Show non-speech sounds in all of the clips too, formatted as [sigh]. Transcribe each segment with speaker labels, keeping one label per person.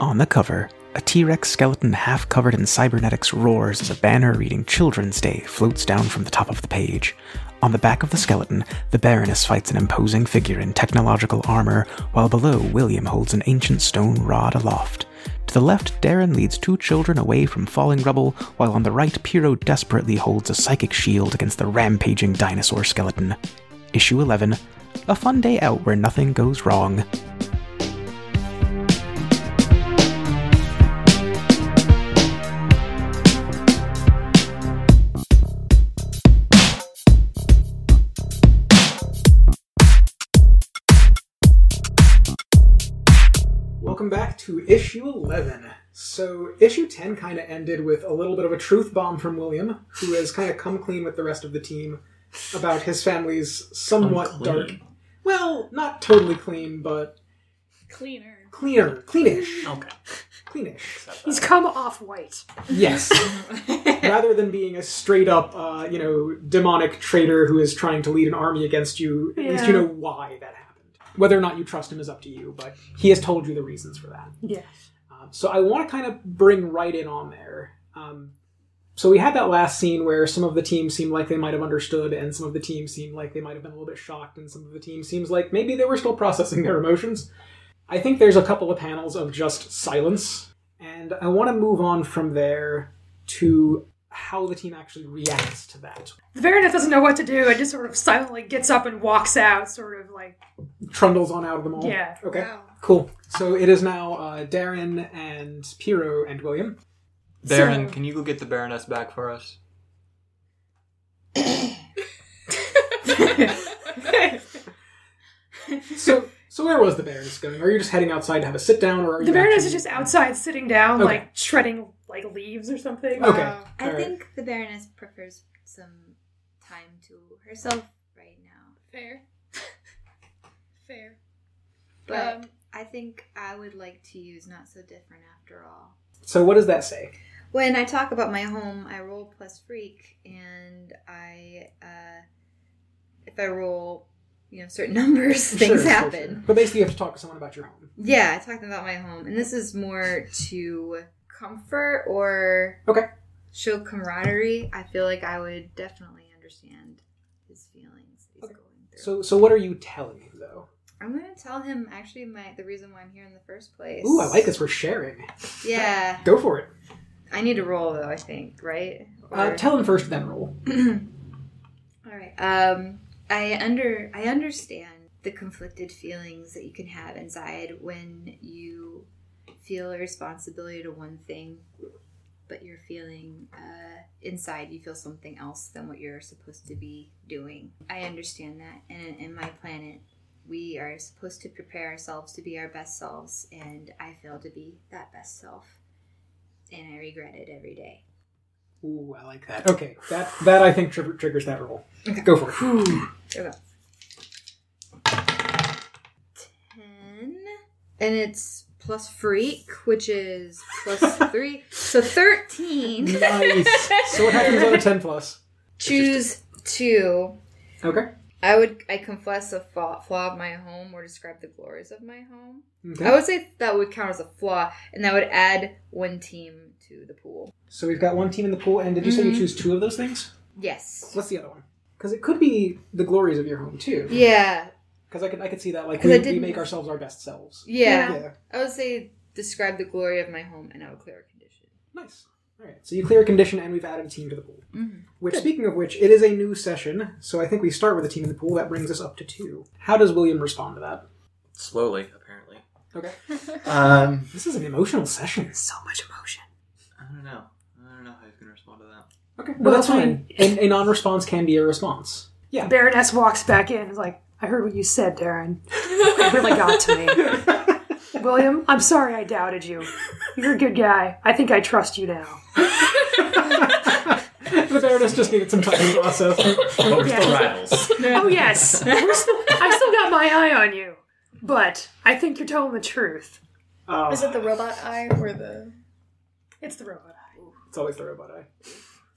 Speaker 1: On the cover, a T Rex skeleton half covered in cybernetics roars as a banner reading Children's Day floats down from the top of the page. On the back of the skeleton, the Baroness fights an imposing figure in technological armor, while below, William holds an ancient stone rod aloft. To the left, Darren leads two children away from falling rubble, while on the right, Piero desperately holds a psychic shield against the rampaging dinosaur skeleton. Issue 11 A fun day out where nothing goes wrong.
Speaker 2: Welcome back to issue 11. So, issue 10 kind of ended with a little bit of a truth bomb from William, who has kind of come clean with the rest of the team about his family's somewhat dark.
Speaker 3: Unclean.
Speaker 2: Well, not totally clean, but
Speaker 4: Cleaner.
Speaker 2: cleaner, cleanish,
Speaker 3: Okay.
Speaker 2: cleanish.
Speaker 5: He's come off white.
Speaker 2: Yes. Rather than being a straight up, uh, you know, demonic traitor who is trying to lead an army against you, at least you
Speaker 5: Yeah.
Speaker 2: know why that happened. Whether or not you trust him is up to you, but he has told you the reasons for that.
Speaker 5: Yes.
Speaker 2: Um, so I want to kind of bring right in on there. Um, so we had that last scene where some of the team seemed like they might have understood, and some of the team seemed like they might have been a little bit shocked, and some of the team seems like maybe they were still processing their emotions. I think there's a couple of panels of just silence, and I want to move on from there to how the team actually reacts to that.
Speaker 5: The Baroness doesn't know what to do and just sort of silently gets up and walks out, sort of like,
Speaker 2: Trundles on out of the mall.
Speaker 5: yeah.
Speaker 2: Okay.
Speaker 4: Wow.
Speaker 2: Cool. So it is now uh, Darren and Piero and William.
Speaker 3: Darren, can you go get the Baroness back for us?
Speaker 5: [laughs]
Speaker 2: So, so where was the Baroness going? Are you just heading outside to have a sit down, or are you
Speaker 5: The Baroness is
Speaker 2: actually-
Speaker 5: just outside sitting down,
Speaker 2: Okay.
Speaker 5: like shredding like leaves or something.
Speaker 2: Okay.
Speaker 4: Wow.
Speaker 2: All
Speaker 6: Uh, I
Speaker 2: right.
Speaker 6: think the Baroness prefers some time to herself right now.
Speaker 4: Fair. Fair.
Speaker 6: But
Speaker 4: Um,
Speaker 6: I think I would like to use Not So Different After All.
Speaker 2: So what does that say?
Speaker 6: When I talk about my home, I roll plus freak, and I, uh, if I roll, you know, certain [laughs] numbers,
Speaker 2: Sure,
Speaker 6: things
Speaker 2: sure,
Speaker 6: happen.
Speaker 2: sure. But basically, you have to talk to someone about your home.
Speaker 6: Yeah, I talked about my home, and this is more to comfort or
Speaker 2: Okay.
Speaker 6: show camaraderie. I feel like I would definitely understand his feelings that he's going through.
Speaker 2: So, so what are you telling him though?
Speaker 6: I'm gonna tell him actually my the reason why I'm here in the first place.
Speaker 2: Ooh, I like this. We're sharing.
Speaker 6: Yeah,
Speaker 2: Go for it.
Speaker 6: I need to roll though. I think right.
Speaker 2: Uh,
Speaker 6: Or-
Speaker 2: tell him first, then roll.
Speaker 6: All right. Um, I under I understand the conflicted feelings that you can have inside when you feel a responsibility to one thing, but you're feeling uh, inside you feel something else than what you're supposed to be doing. I understand that, and in my planet, we are supposed to prepare ourselves to be our best selves, and I failed to be that best self, and I regret it every day.
Speaker 2: Ooh, I like that. Okay, that that I think tri- triggers that roll. Go for it.
Speaker 6: Okay. Ten. And it's plus freak, which is [laughs] plus three. So [laughs] thirteen.
Speaker 2: nice. [laughs] So what happens on a ten plus?
Speaker 6: Choose two.
Speaker 2: Okay.
Speaker 6: I would I confess a flaw, flaw of my home or describe the glories of my home. I
Speaker 2: Okay.
Speaker 6: would say that would count as a flaw, and that would add one team to the pool.
Speaker 2: So we've got one team in the pool, and did you say you
Speaker 6: Mhm.
Speaker 2: choose two of those things?
Speaker 6: Yes.
Speaker 2: What's the other one? Because it could be the glories of your home too.
Speaker 6: Yeah.
Speaker 2: Because I could I could see that like
Speaker 6: 'Cause I
Speaker 2: we, we
Speaker 6: didn't-
Speaker 2: make ourselves our best selves.
Speaker 6: Yeah.
Speaker 2: yeah.
Speaker 6: I would say describe the glory of my home, and I would clear a condition.
Speaker 2: Nice. All right. So you clear a condition, and we've added a team to the pool. Which, speaking of which, it is a new session, so I think we start with a team in the pool. That brings us up to two. How does William respond to that?
Speaker 3: Slowly, apparently. [laughs]
Speaker 2: Okay.
Speaker 3: Um,
Speaker 2: This is an emotional session.
Speaker 5: So much emotion.
Speaker 3: I don't know. I don't know how he's gonna respond to that.
Speaker 2: Okay. Well,
Speaker 5: Well,
Speaker 2: that's
Speaker 5: that's
Speaker 2: fine. A, a non-response can be a [laughs] response. Yeah.
Speaker 5: The Baroness walks back in and is like, I heard what you said, Darren. It really got to me.
Speaker 2: [laughs]
Speaker 5: William, I'm sorry I doubted you. You're a good guy. I think I trust you now.
Speaker 2: the Baroness just needed some time to [laughs] process.
Speaker 3: But we're
Speaker 5: Yeah.
Speaker 3: rivals.
Speaker 5: Oh, yes. We're still- I've still got my eye on you. But I think you're telling the truth.
Speaker 2: Um,
Speaker 4: Is it the robot eye or the.
Speaker 5: It's the robot eye.
Speaker 2: it's always the robot eye.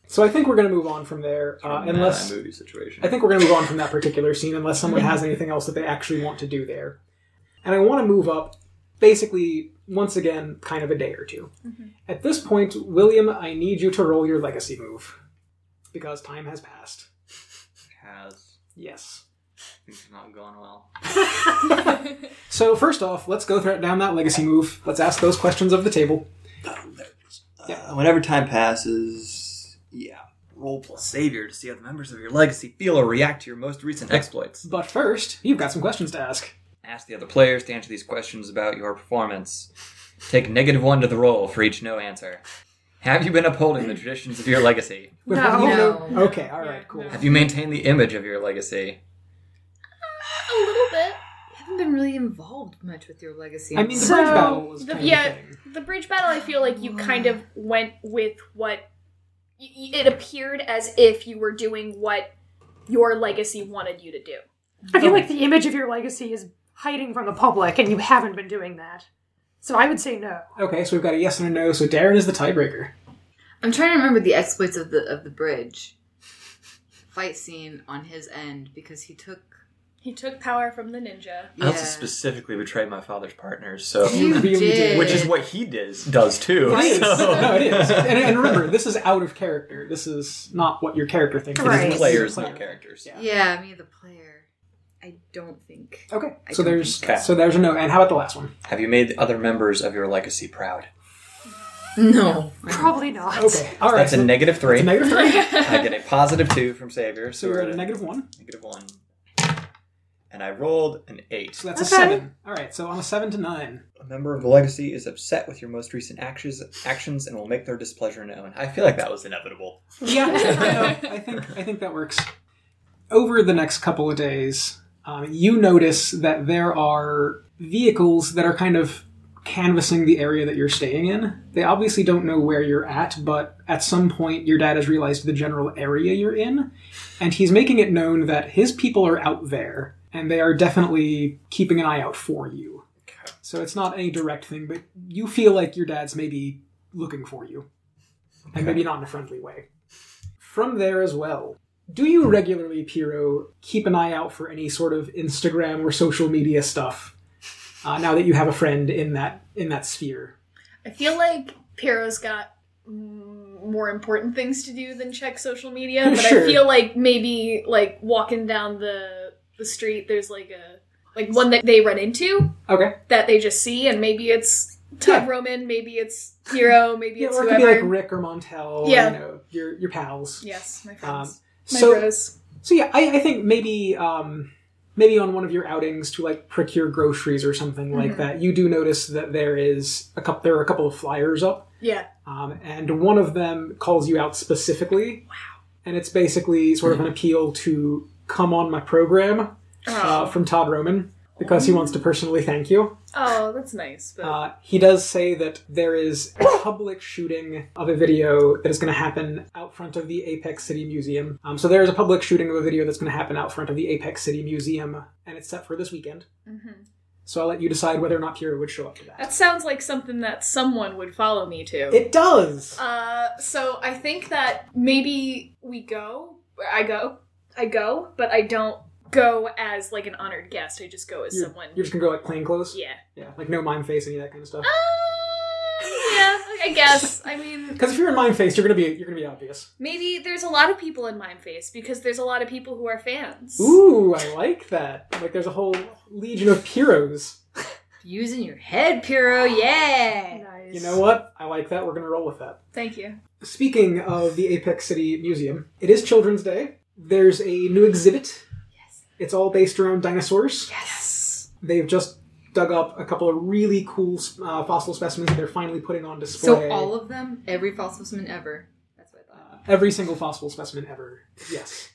Speaker 2: So I think we're going to move on from there, uh, unless
Speaker 3: Mad movie situation.
Speaker 2: I think we're going to move on from that particular scene unless someone has anything else that they actually want to do there. And I want to move up basically, once again, kind of a day or 2
Speaker 4: Mhm.
Speaker 2: At this point, William, I need you to roll your legacy move because time has passed.
Speaker 3: Has
Speaker 2: Yes.
Speaker 3: things have not gone well.
Speaker 2: So first off, let's go through down that legacy move. Let's ask those questions of the table.
Speaker 3: Uh, whenever time passes, yeah, roll plus savior to see how the members of your legacy feel or react to your most recent exploits.
Speaker 2: But first, you've got some questions to ask.
Speaker 3: Ask the other players to answer these questions about your performance. Take negative one to the roll for each no answer. Have you been upholding the traditions of your legacy?
Speaker 2: With
Speaker 5: No.
Speaker 2: what you know-
Speaker 6: No.
Speaker 2: Okay. All right. Cool.
Speaker 4: Yeah,
Speaker 3: Have you maintained the image of your legacy?
Speaker 4: a little bit.
Speaker 6: I haven't been really involved much with your legacy.
Speaker 2: I mean, the
Speaker 5: So,
Speaker 2: bridge battle was
Speaker 4: the-
Speaker 2: kind of a
Speaker 4: yeah.
Speaker 2: thing.
Speaker 4: The bridge battle, I feel like you kind of went with what y- y- it appeared as if you were doing what your legacy wanted you to do.
Speaker 5: I feel like the image of your legacy is hiding from the public, and you haven't been doing that. So I would say no.
Speaker 2: Okay, so we've got a yes and a no. So Darren is the tiebreaker.
Speaker 6: I'm trying to remember the exploits of the of the bridge fight scene on his end because he took.
Speaker 4: He took power from the ninja.
Speaker 3: I also specifically betrayed my father's partners, so
Speaker 6: You
Speaker 2: Really
Speaker 6: did.
Speaker 2: did.
Speaker 3: which is what he does does too.
Speaker 2: It is.
Speaker 3: so-
Speaker 2: [laughs] No,
Speaker 3: [laughs]
Speaker 2: it is. And, and remember, this is out of character. This is not what your character thinks.
Speaker 5: Right.
Speaker 2: This is
Speaker 3: Players,
Speaker 2: player.
Speaker 3: not characters.
Speaker 2: Yeah.
Speaker 6: Yeah, me the player. I don't think.
Speaker 2: Okay,
Speaker 6: I
Speaker 2: so
Speaker 6: don't
Speaker 2: there's
Speaker 3: think so.
Speaker 2: so there's a no. And how about the last one?
Speaker 3: Have you made the other members of your legacy proud?
Speaker 6: No.
Speaker 5: Probably not.
Speaker 2: Okay, all right.
Speaker 3: That's
Speaker 2: so
Speaker 3: a negative three.
Speaker 2: it's
Speaker 3: [laughs]
Speaker 2: a negative three.
Speaker 3: I get a positive two from Savior,
Speaker 2: So
Speaker 3: so
Speaker 2: we're at
Speaker 3: we're
Speaker 2: a negative one.
Speaker 3: negative one. And I rolled an eight.
Speaker 2: So that's a
Speaker 5: Okay.
Speaker 2: seven. All right. So on a seven to nine.
Speaker 3: A member of the legacy is upset with your most recent actions, actions and will make their displeasure known. I feel like that was inevitable.
Speaker 2: Yeah, I, know. I think I think that works. Over the next couple of days, um, you notice that there are vehicles that are kind of canvassing the area that you're staying in. They obviously don't know where you're at, but at some point, your dad has realized the general area you're in, and he's making it known that his people are out there, and they are definitely keeping an eye out for you. So it's not any direct thing, but you feel like your dad's maybe looking for you, and maybe not in a friendly way from there as well. Do you regularly, Piro, keep an eye out for any sort of Instagram or social media stuff? Uh, now that you have a friend in that in that sphere,
Speaker 4: I feel like Piero's got mm, more important things to do than check social media, but
Speaker 2: Sure.
Speaker 4: I feel like maybe like walking down the the street, there's like a like one that they run into
Speaker 2: okay,
Speaker 4: that they just see, and maybe it's Tub
Speaker 2: Yeah.
Speaker 4: Roman, maybe it's Piero, maybe
Speaker 2: yeah,
Speaker 4: it's
Speaker 2: or it could be
Speaker 4: whoever.
Speaker 2: like Rick or Montel,
Speaker 4: Yeah.
Speaker 2: you know, your your pals.
Speaker 4: yes, my
Speaker 2: Um,
Speaker 4: friends, my
Speaker 2: so
Speaker 4: bros.
Speaker 2: so yeah, I, I think maybe um, maybe on one of your outings to like procure groceries or something like that, you do notice that there is a couple there are a couple of flyers up
Speaker 4: Yeah,
Speaker 2: Um, and one of them calls you out specifically. Wow. And it's basically sort of an appeal to come on my program uh, from Todd Roman because he wants to personally thank you.
Speaker 4: oh, that's nice. But
Speaker 2: Uh, he does say that there is a public shooting of a video that is going to happen out front of the Apex City Museum. Um, so there is a public shooting of a video that's going to happen out front of the Apex City Museum, and it's set for this weekend.
Speaker 4: Mhm.
Speaker 2: So I'll let you decide whether or not Pierre would show up to that.
Speaker 4: that sounds like something that someone would follow me to.
Speaker 2: It does.
Speaker 4: Uh, so I think that maybe we go. I go. I go, but I don't go as like an honored guest. I just go as
Speaker 2: You're,
Speaker 4: someone.
Speaker 2: you're just gonna go like plain clothes.
Speaker 4: yeah.
Speaker 2: yeah, like no mime face, any of that kind of stuff.
Speaker 4: Uh, yeah. I guess. I mean,
Speaker 2: Because if you're in mind face, you're gonna be you're gonna be obvious.
Speaker 4: maybe there's a lot of people in Mimeface because there's a lot of people who are fans.
Speaker 2: Ooh, I like that. Like there's a whole legion of heroes.
Speaker 6: Using your head, Piro. Yeah.
Speaker 5: Nice.
Speaker 2: You know what? I like that. We're gonna roll with that.
Speaker 4: Thank you.
Speaker 2: Speaking of the Apex City Museum, it is Children's Day. There's a new exhibit. Yes. It's all based around dinosaurs.
Speaker 4: Yes.
Speaker 2: They've just dug up a couple of really cool uh, fossil specimens that they're finally putting on display.
Speaker 6: So all of them, every false woman ever. That's what I thought.
Speaker 2: every single fossil specimen ever. Yes.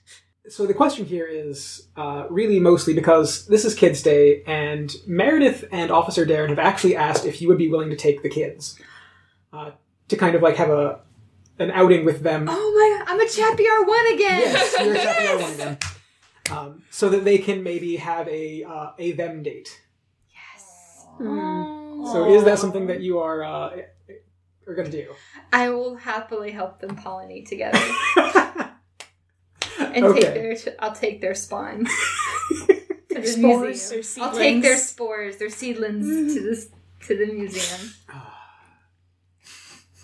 Speaker 2: So the question here is uh, really mostly because this is Kids Day, and Meredith and Officer Darren have actually asked if you would be willing to take the kids uh, to kind of like have a an outing with them.
Speaker 6: Oh my! I'm a chat BR one again.
Speaker 2: Yes,
Speaker 6: [laughs]
Speaker 2: you're exactly
Speaker 3: [laughs]
Speaker 2: right, one of them. Um, so that they can maybe have a uh, a them date. So is that something that you are uh, are going to do?
Speaker 6: I will happily help them
Speaker 2: [laughs]
Speaker 6: pollinate together and
Speaker 2: Okay.
Speaker 6: take their. I'll take their spawns. to the
Speaker 4: Spores
Speaker 6: museum.
Speaker 4: or
Speaker 6: I'll take their
Speaker 4: seedlings.
Speaker 6: spores, their seedlings, to this to the museum.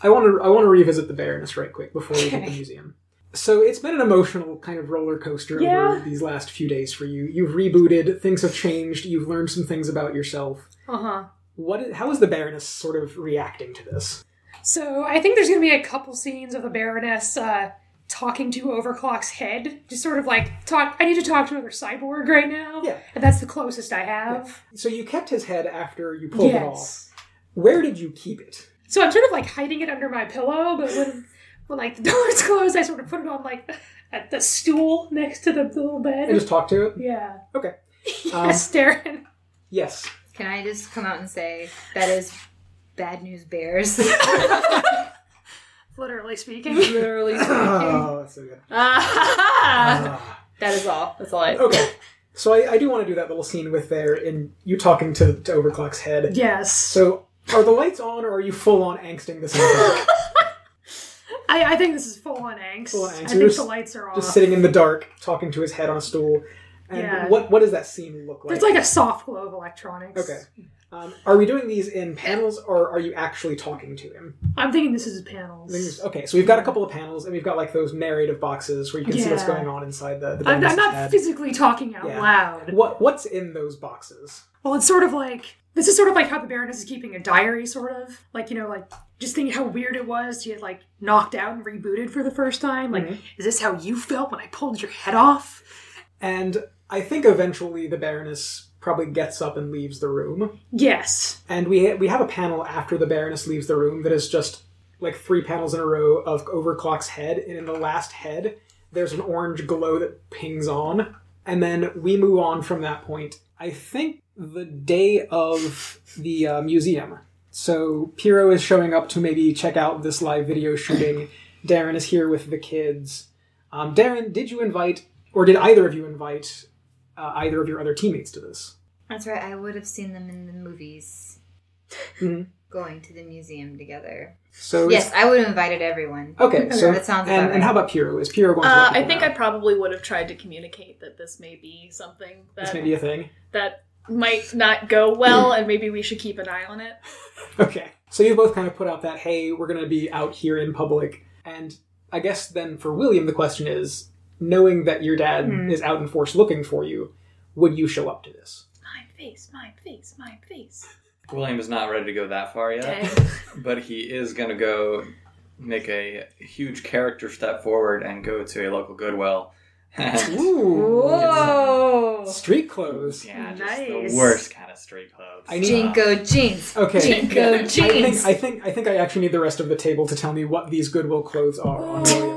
Speaker 2: I want to I want to revisit the Baroness right quick before we hit the
Speaker 5: Okay.
Speaker 2: museum. So it's been an emotional kind of roller coaster
Speaker 5: Yeah.
Speaker 2: over these last few days for you. You've rebooted, things have changed, you've learned some things about yourself.
Speaker 5: Uh huh.
Speaker 2: What how is the Baroness sort of reacting to this?
Speaker 5: So I think there's going to be a couple scenes of the Baroness uh, talking to Overclock's head, just sort of like talk. I need to talk to another cyborg right now,
Speaker 2: Yeah.
Speaker 5: and that's the closest I have.
Speaker 2: So you kept his head after you pulled it off.
Speaker 5: yes.
Speaker 2: Where did you keep it?
Speaker 5: So I'm sort of like hiding it under my pillow, but when when like the door's closed, I sort of put it on like at the stool next to the, the little
Speaker 2: And
Speaker 5: bed.
Speaker 2: just talk to it.
Speaker 5: Yeah.
Speaker 2: [laughs] Okay. Um,
Speaker 5: Yes, Darren.
Speaker 2: yes.
Speaker 6: Can I just come out and say that is bad news bears?
Speaker 2: [laughs]
Speaker 5: Literally speaking.
Speaker 6: [laughs] Literally [laughs]
Speaker 2: Oh, that's so good.
Speaker 6: that
Speaker 2: Ah.
Speaker 6: is all. That's all I.
Speaker 2: Okay. So I, I do want to do that little scene with there and you talking to, to Overclock's head.
Speaker 5: yes.
Speaker 2: So are the lights on or are you full on angsting this in the [laughs] dark?
Speaker 5: I, I think this is full on angst.
Speaker 2: Full on angst.
Speaker 5: I
Speaker 2: You're
Speaker 5: think
Speaker 2: s-
Speaker 5: the lights are off.
Speaker 2: Just sitting in the dark, talking to his head on a stool. And
Speaker 5: Yeah.
Speaker 2: what what does that scene look like?
Speaker 5: There's like a soft glow of electronics.
Speaker 2: Okay. Um, are we doing these in panels or are you actually talking to him?
Speaker 5: I'm thinking this is panels.
Speaker 2: Okay, so we've got a couple of panels and we've got like those narrative boxes where you can see what's
Speaker 5: Yeah.
Speaker 2: going on inside the, the
Speaker 5: I'm, I'm
Speaker 2: dentist's
Speaker 5: not
Speaker 2: head.
Speaker 5: physically talking out
Speaker 2: Yeah.
Speaker 5: loud.
Speaker 2: What what's in those boxes?
Speaker 5: Well, it's sort of like this is sort of like how the Baroness is keeping a diary, sort of like you know, like just thinking how weird it was to get like knocked out and rebooted for the first time.
Speaker 2: Mm-hmm.
Speaker 5: Like, is this how you felt when I pulled your head off?
Speaker 2: And I think eventually the Baroness probably gets up and leaves the room.
Speaker 5: Yes.
Speaker 2: And we we have a panel after the Baroness leaves the room that is just like three panels in a row of Overclock's head, and in the last head, there's an orange glow that pings on, and then we move on from that point. I think the day of the uh, museum. So Piero is showing up to maybe check out this live video shooting. Darren is here with the kids. Um, Darren, did you invite, or did either of you invite uh, either of your other teammates to this?
Speaker 6: That's right. I would have seen them in the movies.
Speaker 2: Mhm.
Speaker 6: Going to the museum together.
Speaker 2: So it's-
Speaker 6: Yes, I would have invited everyone.
Speaker 2: Okay,
Speaker 6: [laughs]
Speaker 2: so
Speaker 6: that sounds
Speaker 2: and,
Speaker 6: about
Speaker 2: and
Speaker 6: right.
Speaker 2: how about Piero? Is Piero going to?
Speaker 4: Uh,
Speaker 2: let
Speaker 4: I
Speaker 2: people
Speaker 4: think
Speaker 2: know?
Speaker 4: I probably would have tried to communicate that this may be something
Speaker 2: This
Speaker 4: that
Speaker 2: may be a thing.
Speaker 4: that might not go well, and maybe we should keep an eye on it.
Speaker 2: Okay, so you both kind of put out that hey, we're going to be out here in public, and I guess then for William, the question is, knowing that your dad is out in force looking for you, would you show up to this?
Speaker 4: My face, my face, my face.
Speaker 3: William is not ready to go that far yet,
Speaker 4: Dang.
Speaker 3: [laughs] but he is going to go make a huge character step forward and go to a local Goodwill. [laughs] And-
Speaker 6: Whoa!
Speaker 2: street clothes.
Speaker 3: yeah, just
Speaker 5: Nice.
Speaker 3: the worst kind of Uh, street clothes.
Speaker 2: I need-
Speaker 6: Jinko jeans.
Speaker 2: Okay.
Speaker 6: Jinko
Speaker 2: I think,
Speaker 6: jeans.
Speaker 2: I think I think I actually need the rest of the table to tell me what these Goodwill clothes are on William.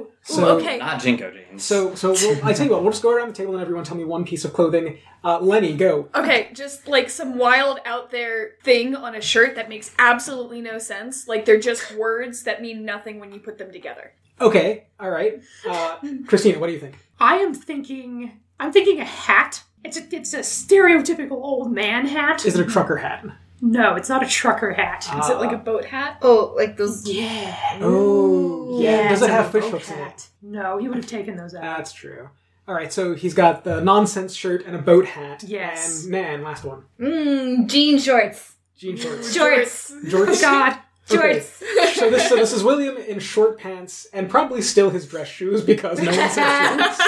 Speaker 4: Ooh,
Speaker 2: So-
Speaker 4: okay.
Speaker 3: Not Jinko jeans.
Speaker 2: So so we'll, I tell you what, we'll just go around the table and everyone tell me one piece of clothing. Uh, Lenny, go.
Speaker 4: Okay, just like some wild out there thing on a shirt that makes absolutely no sense. Like they're just words that mean nothing when you put them together.
Speaker 2: Okay, all right. Uh, Christina, what do you think?
Speaker 5: I am thinking. I'm thinking a hat. It's a it's a stereotypical old man hat.
Speaker 2: Is it a Ah. trucker hat?
Speaker 5: no, it's not a trucker hat.
Speaker 4: Is it like a boat hat?
Speaker 6: Oh, like those.
Speaker 5: yeah.
Speaker 2: Oh, yeah. Does
Speaker 5: it's
Speaker 2: it
Speaker 5: a
Speaker 2: have fish
Speaker 5: boat
Speaker 2: hooks in it? Uh,
Speaker 5: hat. No, he would have taken those out.
Speaker 2: That's true. All right, so he's got the nonsense shirt and a boat hat.
Speaker 5: Yes.
Speaker 2: And man, last one,
Speaker 6: Mmm, jean shorts.
Speaker 2: jean
Speaker 5: [laughs]
Speaker 2: shorts.
Speaker 6: Shorts.
Speaker 2: Jorts.
Speaker 5: Oh, God.
Speaker 2: Okay.
Speaker 6: Shorts.
Speaker 2: [laughs] So this, so this is William in short pants and probably still his dress shoes because no one
Speaker 5: [laughs]
Speaker 2: says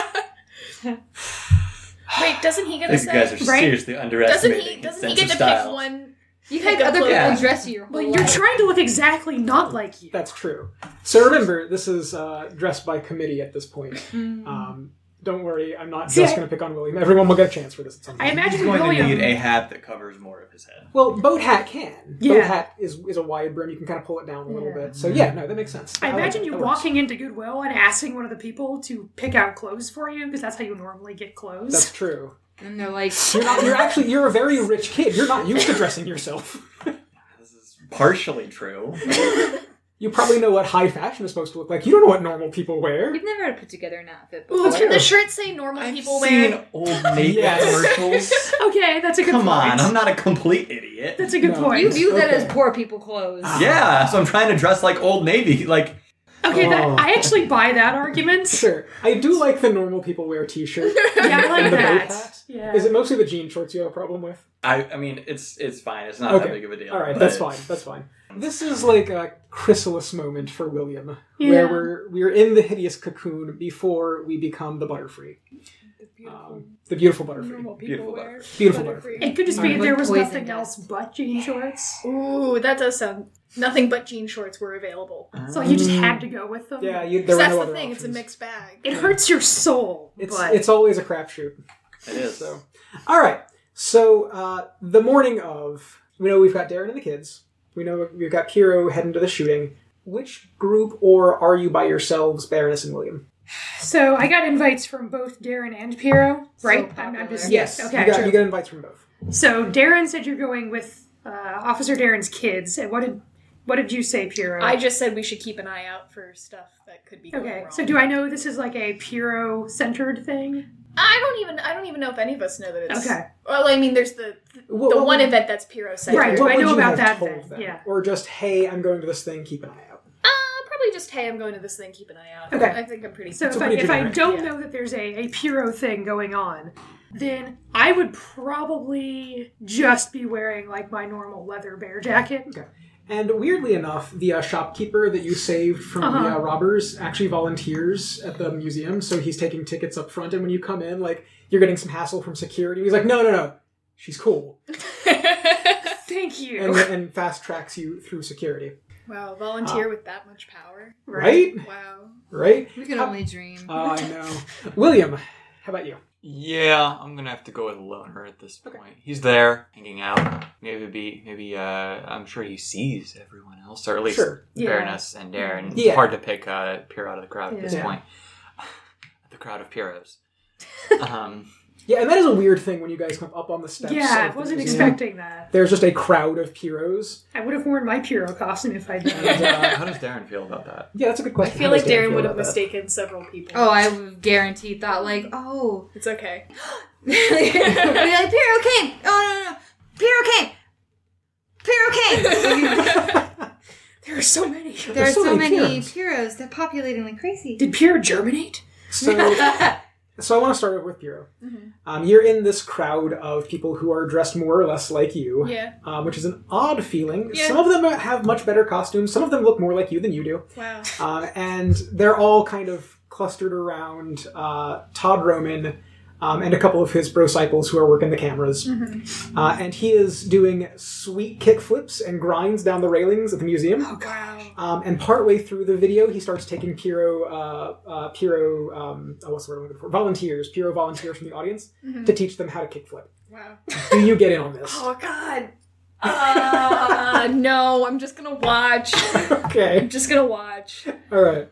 Speaker 2: shorts.
Speaker 4: Wait, doesn't he get
Speaker 3: I
Speaker 4: to
Speaker 3: think you guys
Speaker 4: say?
Speaker 3: are
Speaker 5: right?
Speaker 3: seriously
Speaker 4: Doesn't
Speaker 3: underestimating
Speaker 4: he?
Speaker 3: his
Speaker 4: Doesn't he
Speaker 3: sense of
Speaker 4: get to
Speaker 3: style.
Speaker 4: pick one?
Speaker 6: You've had other people
Speaker 3: Yeah.
Speaker 6: dress you your whole
Speaker 5: Well,
Speaker 6: life.
Speaker 2: [laughs]
Speaker 5: you're trying to look exactly not like you.
Speaker 2: That's true. So remember, this is uh, dressed by committee at this point. Um, don't worry, I'm not
Speaker 5: Hmm. See,
Speaker 2: just
Speaker 5: I-
Speaker 2: going to pick on William. Everyone will get a chance for this at some
Speaker 5: I
Speaker 2: point.
Speaker 5: imagine
Speaker 3: He's going
Speaker 5: William.
Speaker 3: to need a hat that covers more of his head.
Speaker 2: well, boat hat can. Boat
Speaker 5: Yeah.
Speaker 2: hat is, is a wide brim. You can kind of pull it down a little
Speaker 5: Yeah.
Speaker 2: bit. So yeah, no, that makes sense.
Speaker 5: I
Speaker 2: like
Speaker 5: imagine
Speaker 2: that.
Speaker 5: you
Speaker 2: That works.
Speaker 5: walking into Goodwill and asking one of the people to pick out clothes for you because that's how you normally get clothes. [laughs]
Speaker 2: That's true.
Speaker 6: and they're like,
Speaker 2: You're not. You're actually. You're a very rich kid. You're not used to dressing yourself.
Speaker 3: This is partially true.
Speaker 4: [laughs]
Speaker 2: You probably know what high fashion is supposed to look like. You don't know what normal people wear.
Speaker 6: You've never put together an outfit
Speaker 4: Ooh,
Speaker 6: before.
Speaker 4: can the shirt say normal
Speaker 3: I've
Speaker 4: people
Speaker 3: seen
Speaker 4: wear?
Speaker 3: old Nate
Speaker 2: Yes.
Speaker 3: commercials.
Speaker 5: okay, [laughs] that's a good
Speaker 3: Come
Speaker 5: point.
Speaker 3: on, I'm not a complete idiot.
Speaker 5: [laughs] That's a good
Speaker 2: No.
Speaker 5: point.
Speaker 6: You view that
Speaker 2: Okay. Ah.
Speaker 6: as poor people clothes.
Speaker 3: Yeah, so I'm trying to dress like Old Navy. Like,
Speaker 5: Okay,
Speaker 2: Oh.
Speaker 5: that, I actually buy that argument.
Speaker 2: [laughs] Sure. I do like the normal people wear
Speaker 5: [laughs]
Speaker 2: t-shirt.
Speaker 5: Yeah, I like
Speaker 2: and the boat
Speaker 5: that.
Speaker 2: hat.
Speaker 5: Yeah.
Speaker 2: Is it mostly the jean shorts you have a problem with?
Speaker 7: I, I mean, it's it's fine. It's not
Speaker 2: Okay.
Speaker 7: that big of a deal.
Speaker 2: All right,
Speaker 7: but
Speaker 2: that's fine.
Speaker 7: it's-
Speaker 2: That's fine. This is like a chrysalis moment for William,
Speaker 5: Yeah.
Speaker 2: where we're we're in the hideous cocoon before we become the butterfree, um, the beautiful butterfree,
Speaker 8: normal people
Speaker 7: Beautiful
Speaker 8: wear.
Speaker 2: beautiful butterfree.
Speaker 5: It could just
Speaker 2: All
Speaker 5: be
Speaker 2: right.
Speaker 5: there was
Speaker 6: Poison
Speaker 5: nothing else
Speaker 6: dust.
Speaker 5: but jean shorts.
Speaker 4: Ooh, that does sound. Nothing but jean shorts were available.
Speaker 5: So you just had to go with them.
Speaker 2: Yeah, you, there
Speaker 4: 'Cause
Speaker 2: were
Speaker 4: that's
Speaker 2: no
Speaker 4: the
Speaker 2: other
Speaker 4: thing; it's a
Speaker 2: options.
Speaker 4: mixed bag.
Speaker 5: It hurts your soul,
Speaker 2: It's
Speaker 5: but
Speaker 2: it's always a crapshoot.
Speaker 7: It is.
Speaker 2: So, all right. So uh, the morning of, we know we've got Darren and the kids. We know we've got Kiro heading to the shooting. Which group, or are you by yourselves, Baroness and William?
Speaker 5: so I got invites from both Darren and Piero. Right? I'm,
Speaker 6: popular.
Speaker 5: I'm just
Speaker 2: Yes.
Speaker 5: Okay.
Speaker 2: you got,
Speaker 5: sure.
Speaker 2: you got invites from both.
Speaker 5: So Darren said you're going with uh, Officer Darren's kids, and what did what did you say, Piero?
Speaker 4: I just said we should keep an eye out for stuff that could be. Going
Speaker 5: okay.
Speaker 4: Wrong.
Speaker 5: So do I know this is like a Piero centered thing?
Speaker 4: I don't even. I don't even know if any of us know that it's.
Speaker 5: Okay.
Speaker 4: Well, I mean, there's the
Speaker 2: What-
Speaker 4: the
Speaker 2: what
Speaker 4: one
Speaker 2: would-
Speaker 4: event that's Piro said.
Speaker 5: Right,
Speaker 2: What
Speaker 5: do I
Speaker 2: would
Speaker 5: know
Speaker 2: you have
Speaker 5: about that
Speaker 2: told
Speaker 5: then?
Speaker 2: them?
Speaker 5: Yeah.
Speaker 2: Or just, hey, I'm going to this thing. Keep an eye out.
Speaker 4: Uh, probably just hey, I'm going to this thing. Keep an eye out.
Speaker 5: Okay.
Speaker 4: I think I'm pretty.
Speaker 5: So
Speaker 2: It's
Speaker 5: if
Speaker 2: a
Speaker 5: I,
Speaker 2: pretty
Speaker 5: if I
Speaker 2: generic,
Speaker 5: don't
Speaker 4: yeah.
Speaker 5: know that there's a, a Piro thing going on, then I would probably just be wearing like my normal leather bear jacket.
Speaker 2: And weirdly enough, the uh, shopkeeper that you saved from the
Speaker 5: Uh-huh.
Speaker 2: uh, robbers actually volunteers at the museum, so he's taking tickets up front. And when you come in, like you're getting some hassle from security, he's like, "No, no, no, she's cool,"
Speaker 5: Thank you.
Speaker 2: and, and fast tracks you through security.
Speaker 4: [laughs] wow, volunteer with that much power.
Speaker 2: Right,
Speaker 4: Wow.
Speaker 2: right.
Speaker 6: We can only dream.
Speaker 2: Uh, I
Speaker 5: [laughs]
Speaker 2: know. William, how about you?
Speaker 7: Yeah, I'm gonna have to go with Loner at this point. He's there, hanging out. Maybe be maybe uh I'm sure he sees everyone else, or at least
Speaker 2: Sure.
Speaker 7: the
Speaker 5: Yeah.
Speaker 7: Baroness and Darren.
Speaker 2: Yeah.
Speaker 7: It's hard to pick uh Pierrot out of the crowd at this
Speaker 2: Yeah.
Speaker 7: point. [laughs] the crowd of Pierrots. um
Speaker 2: Yeah, and that is a weird thing when you guys come up on the steps.
Speaker 5: yeah,
Speaker 2: of
Speaker 5: I
Speaker 2: the
Speaker 5: wasn't
Speaker 2: museum.
Speaker 5: expecting that.
Speaker 2: There's just a crowd of Piros.
Speaker 5: I would have worn my Piro costume if I'd known.
Speaker 2: And, uh,
Speaker 7: how does Darren feel about that?
Speaker 2: yeah, that's a good
Speaker 4: I
Speaker 2: question.
Speaker 4: feel
Speaker 2: How
Speaker 4: like
Speaker 2: does
Speaker 4: Darren
Speaker 2: feel
Speaker 4: would
Speaker 2: about
Speaker 4: have
Speaker 2: that?
Speaker 4: [laughs] mistaken several people.
Speaker 6: Oh, I would guarantee thought like, [laughs] oh,
Speaker 4: it's okay.
Speaker 6: Be like, Piero came. Oh no no, no. Piero came.
Speaker 2: [laughs]
Speaker 6: Piero came.
Speaker 5: There are so many.
Speaker 6: there are
Speaker 2: There's so
Speaker 6: so,
Speaker 2: many
Speaker 6: many,
Speaker 2: Pieros.
Speaker 6: Pieros. They're populating like crazy.
Speaker 5: Did Piro germinate?
Speaker 2: So,
Speaker 4: [laughs]
Speaker 2: so I want to start with Piro.
Speaker 4: Mm-hmm.
Speaker 2: Um, you're in this crowd of people who are dressed more or less like you,
Speaker 4: Yeah.
Speaker 2: um, which is an odd feeling.
Speaker 4: Yeah.
Speaker 2: Some of them have much better costumes. Some of them look more like you than you do,
Speaker 5: [laughs]
Speaker 4: Wow.
Speaker 2: uh, and they're all kind of clustered around uh, Todd Roman. Um, and a couple of his brocycles who are working the cameras.
Speaker 4: Mm-hmm.
Speaker 2: Uh, and he is doing sweet kick flips and grinds down the railings at the museum.
Speaker 4: Oh,
Speaker 5: Oh,
Speaker 4: Wow.
Speaker 2: Um, and partway through the video, he starts taking Piro, uh, uh, Piro, um, oh, what's the word I'm looking for? Volunteers, Piro volunteers from the audience
Speaker 4: Mm-hmm.
Speaker 2: to teach them how to kickflip.
Speaker 4: Wow.
Speaker 2: Do you get in on
Speaker 4: [laughs]
Speaker 2: this?
Speaker 4: Oh God. Uh, [laughs] no, I'm just
Speaker 5: [laughs]
Speaker 4: gonna watch.
Speaker 2: okay,
Speaker 4: I'm just gonna watch.
Speaker 2: all right.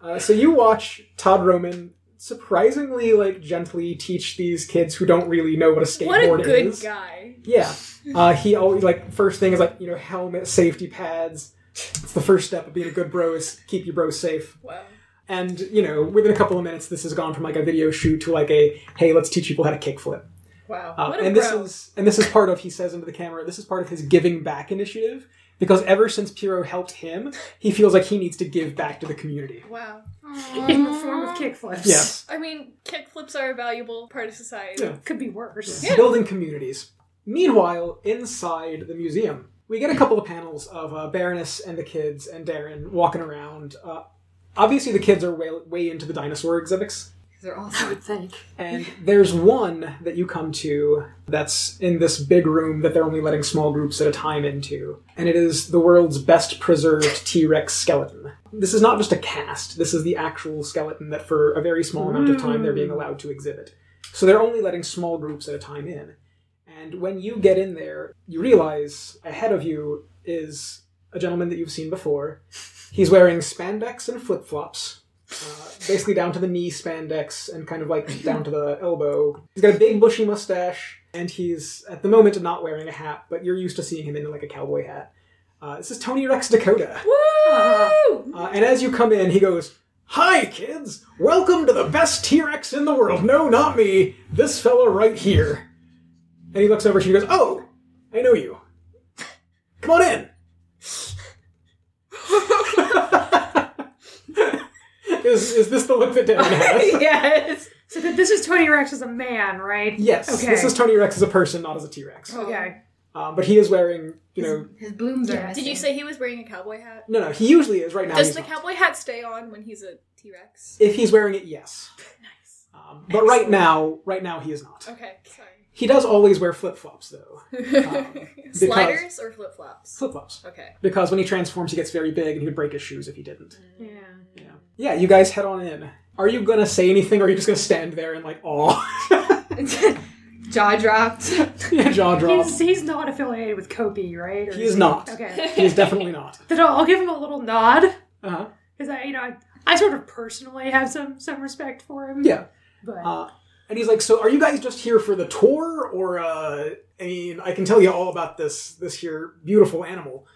Speaker 2: Uh, so you watch Todd Roman surprisingly, like, gently teach these kids who don't really know what a skateboard
Speaker 4: What a good
Speaker 2: is.
Speaker 4: guy.
Speaker 2: Yeah. Uh, he always like first thing is like you know helmet, safety pads. It's the first step of being a good bro is keep your bro safe.
Speaker 4: Wow.
Speaker 2: And you know within a couple of minutes, this has gone from like a video shoot to like a hey, let's teach people how to kickflip.
Speaker 4: Wow.
Speaker 2: Uh,
Speaker 4: what a
Speaker 2: and this
Speaker 4: bro.
Speaker 2: is and this is part of he says into the camera. This is part of his giving back initiative because ever since Piero helped him, he feels like he needs to give back to the community.
Speaker 4: wow.
Speaker 5: In the form
Speaker 4: Uh,
Speaker 5: of kickflips.
Speaker 2: Yes,
Speaker 4: I mean, kickflips are a valuable part of society.
Speaker 2: Yeah.
Speaker 5: Could be worse.
Speaker 2: building communities. Meanwhile, inside the museum, we get a couple of panels of uh, Baroness and the kids and Darren walking around. Uh, obviously, the kids are way, way into the dinosaur exhibits.
Speaker 6: They're
Speaker 2: [laughs]
Speaker 6: all so
Speaker 2: And there's one that you come to that's in this big room that they're only letting small groups at a time into. And it is the world's best preserved T Rex skeleton. This is not just a cast, this is the actual skeleton that for a very small amount of time they're being allowed to exhibit. So they're only letting small groups at a time in. And when you get in there, you realize ahead of you is a gentleman that you've seen before. He's wearing spandex and flip flops uh, basically down to the knee spandex and kind of like down to the elbow. He's got a big bushy mustache, and he's at the moment not wearing a hat, but you're used to seeing him in like a cowboy hat. Uh, this is Tony Rex Dakota.
Speaker 4: Woo!
Speaker 2: Uh, and as you come in, he goes, Hi, kids! Welcome to the best T Rex in the world! No, not me! This fella right here. And he looks over at you and goes, Oh, I know you. Come on in! [laughs] is this the look that Devin has?
Speaker 4: yes.
Speaker 5: So th- this is Tony Rex as a man, right?
Speaker 2: Yes,
Speaker 5: Okay.
Speaker 2: this is Tony Rex as a person, not as a T
Speaker 4: Oh.
Speaker 2: Rex.
Speaker 5: Okay.
Speaker 2: Um, but he is wearing, you know,
Speaker 6: His blooms are.
Speaker 4: Did you
Speaker 6: missing.
Speaker 4: say he was wearing a cowboy hat?
Speaker 2: no, no, he usually is right now.
Speaker 4: Does
Speaker 2: he's
Speaker 4: the
Speaker 2: not.
Speaker 4: cowboy hat stay on when he's a T Rex?
Speaker 2: If he's wearing it, yes.
Speaker 4: Nice.
Speaker 2: Um, but right now, right now he is not.
Speaker 4: Okay, [laughs] sorry.
Speaker 2: He does always wear flip flops
Speaker 5: [laughs]
Speaker 2: though, Uh, Um, because-
Speaker 4: Sliders or flip flops?
Speaker 2: flip flops,
Speaker 4: Okay.
Speaker 2: because when he transforms, he gets very big, and he would break his shoes if he didn't.
Speaker 5: Yeah.
Speaker 2: Yeah. Yeah, you guys head on in. Are you gonna say anything, or are you just gonna stand there and like, [laughs] oh,
Speaker 6: [laughs] jaw dropped?
Speaker 2: jaw drop?
Speaker 5: [laughs] He's, he's not affiliated with Kopi, right? Or
Speaker 2: He is not.
Speaker 5: Okay.
Speaker 2: He is definitely not.
Speaker 5: Then I'll, I'll give him a little nod
Speaker 2: Uh huh.
Speaker 5: because I, you know, I, I sort of personally have some some respect for him.
Speaker 2: Yeah.
Speaker 5: But
Speaker 2: Uh, and he's like, "So are you guys just here for the tour, or uh, I mean, I can tell you all about this this here beautiful animal."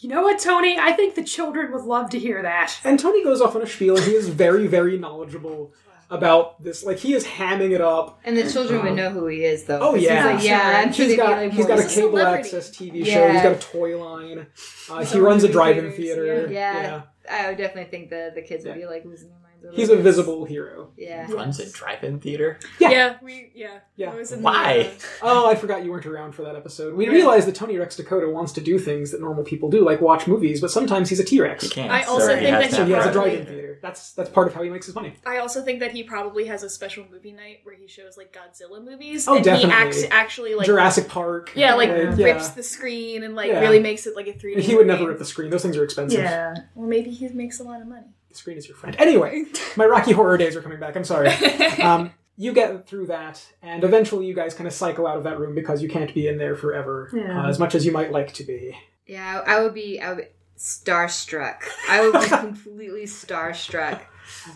Speaker 5: you know what, Tony? I think the children would love to hear that.
Speaker 2: And Tony goes off on a spiel, and he is very, very knowledgeable about this. Like he is hamming it up.
Speaker 6: And the children would know who he is, though.
Speaker 2: Oh,
Speaker 6: 'cause he's
Speaker 2: yeah.
Speaker 6: like, yeah, I'm sure
Speaker 2: He's
Speaker 6: they'd
Speaker 2: got
Speaker 6: be like,
Speaker 2: he's
Speaker 6: more
Speaker 2: got a
Speaker 4: He's a
Speaker 2: cable
Speaker 4: celebrity.
Speaker 2: access TV show. He's
Speaker 6: Yeah.
Speaker 2: got a toy line. Uh,
Speaker 5: He's
Speaker 2: he
Speaker 5: on
Speaker 2: runs a
Speaker 5: movie
Speaker 2: drive-in
Speaker 5: theaters,
Speaker 2: theater.
Speaker 6: yeah. I would definitely think the the kids would be like losing their minds. over
Speaker 2: He's a
Speaker 6: this.
Speaker 2: visible hero. [laughs]
Speaker 6: Yeah.
Speaker 7: Runs a drive-in theater.
Speaker 2: Yeah.
Speaker 4: we yeah.
Speaker 2: Yeah.
Speaker 4: I was in uh,
Speaker 7: Why?
Speaker 2: Oh, I forgot you weren't around for that episode. We realized that Tony Rex Dakota wants to do things that normal people do, like watch movies, but sometimes he's a T Rex.
Speaker 7: He can't.
Speaker 4: I also
Speaker 7: so
Speaker 4: think
Speaker 7: has
Speaker 4: that
Speaker 7: to
Speaker 2: So
Speaker 4: Yeah,
Speaker 2: he has a
Speaker 7: have
Speaker 4: probably-
Speaker 2: drive-in theater. That's that's part of how he makes his money.
Speaker 4: I also think that he probably has a special movie night where he shows like Godzilla movies
Speaker 2: Oh,
Speaker 4: and
Speaker 2: definitely.
Speaker 4: he acts actually like
Speaker 2: Jurassic Park.
Speaker 4: yeah, like
Speaker 2: uh,
Speaker 4: rips
Speaker 2: yeah.
Speaker 4: the screen and like
Speaker 2: Yeah.
Speaker 4: really makes it like a 3D.
Speaker 2: And [laughs] he would
Speaker 4: movie.
Speaker 2: never rip the screen. Those things are expensive.
Speaker 4: Well, maybe he makes a lot of money.
Speaker 2: The screen is your friend. Anyway, my Rocky Horror days are coming back. I'm sorry. Um, you get through that, and eventually you guys kind of cycle out of that room because you can't be in there forever,
Speaker 5: Yeah.
Speaker 2: uh, as much as you might like to be.
Speaker 6: Yeah, I I would be I would be starstruck. I
Speaker 2: [laughs]
Speaker 6: would be completely starstruck.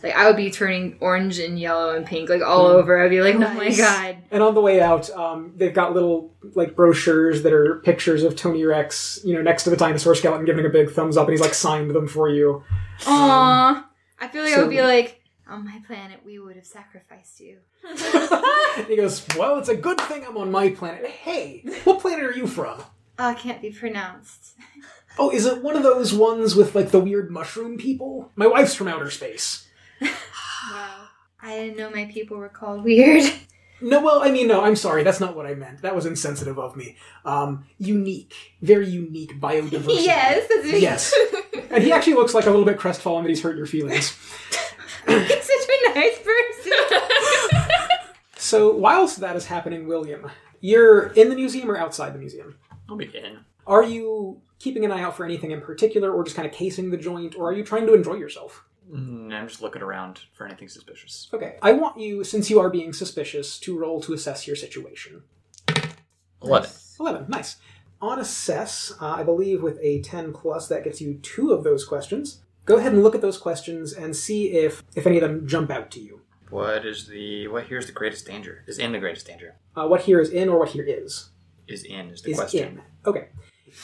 Speaker 6: Like I would be turning orange and yellow and pink like
Speaker 2: Mm.
Speaker 6: all over. I'd be like, oh my
Speaker 5: Nice.
Speaker 6: god.
Speaker 2: And on the way out, um, they've got little like brochures that are pictures of Tony Rex, you know, next to the dinosaur skeleton, giving a big thumbs up, and he's like signed them for you.
Speaker 6: Aww. I feel like I would be
Speaker 2: Mm. so-
Speaker 6: like, on my planet we would have sacrificed you.
Speaker 2: And he goes, "Well, it's a good thing I'm on my planet. Hey, what planet are you from?"
Speaker 6: Oh, it can't be pronounced.
Speaker 2: Oh, is it one of those ones with like the weird mushroom people? My wife's from outer space.
Speaker 4: Wow.
Speaker 6: I didn't know my people were called weird.
Speaker 2: No, well, I mean, no, I'm sorry. That's not what I meant. That was insensitive of me. Um, unique, very unique biodiversity.
Speaker 6: [laughs] yes, that's me.
Speaker 2: Yes. And he actually looks like a little bit crestfallen that he's hurt your feelings.
Speaker 6: He's such a nice person.
Speaker 2: So, whilst that is happening, William, you're in the museum or outside the museum?
Speaker 7: I'll be in.
Speaker 2: Are you keeping an eye out for anything in particular, or just kind of casing the joint, or are you trying to enjoy yourself?
Speaker 7: Mm, I'm just looking around for anything suspicious.
Speaker 2: Okay, I want you, since you are being suspicious, to roll to assess your situation.
Speaker 7: Eleven.
Speaker 2: 11 nice on assess uh, i believe with a 10 plus that gets you two of those questions go ahead and look at those questions and see if if any of them jump out to you
Speaker 7: What is the what? Here's the greatest danger. Is in the greatest danger.
Speaker 2: uh, what here is in or what here is
Speaker 7: Is in is the
Speaker 2: is
Speaker 7: question.
Speaker 2: in okay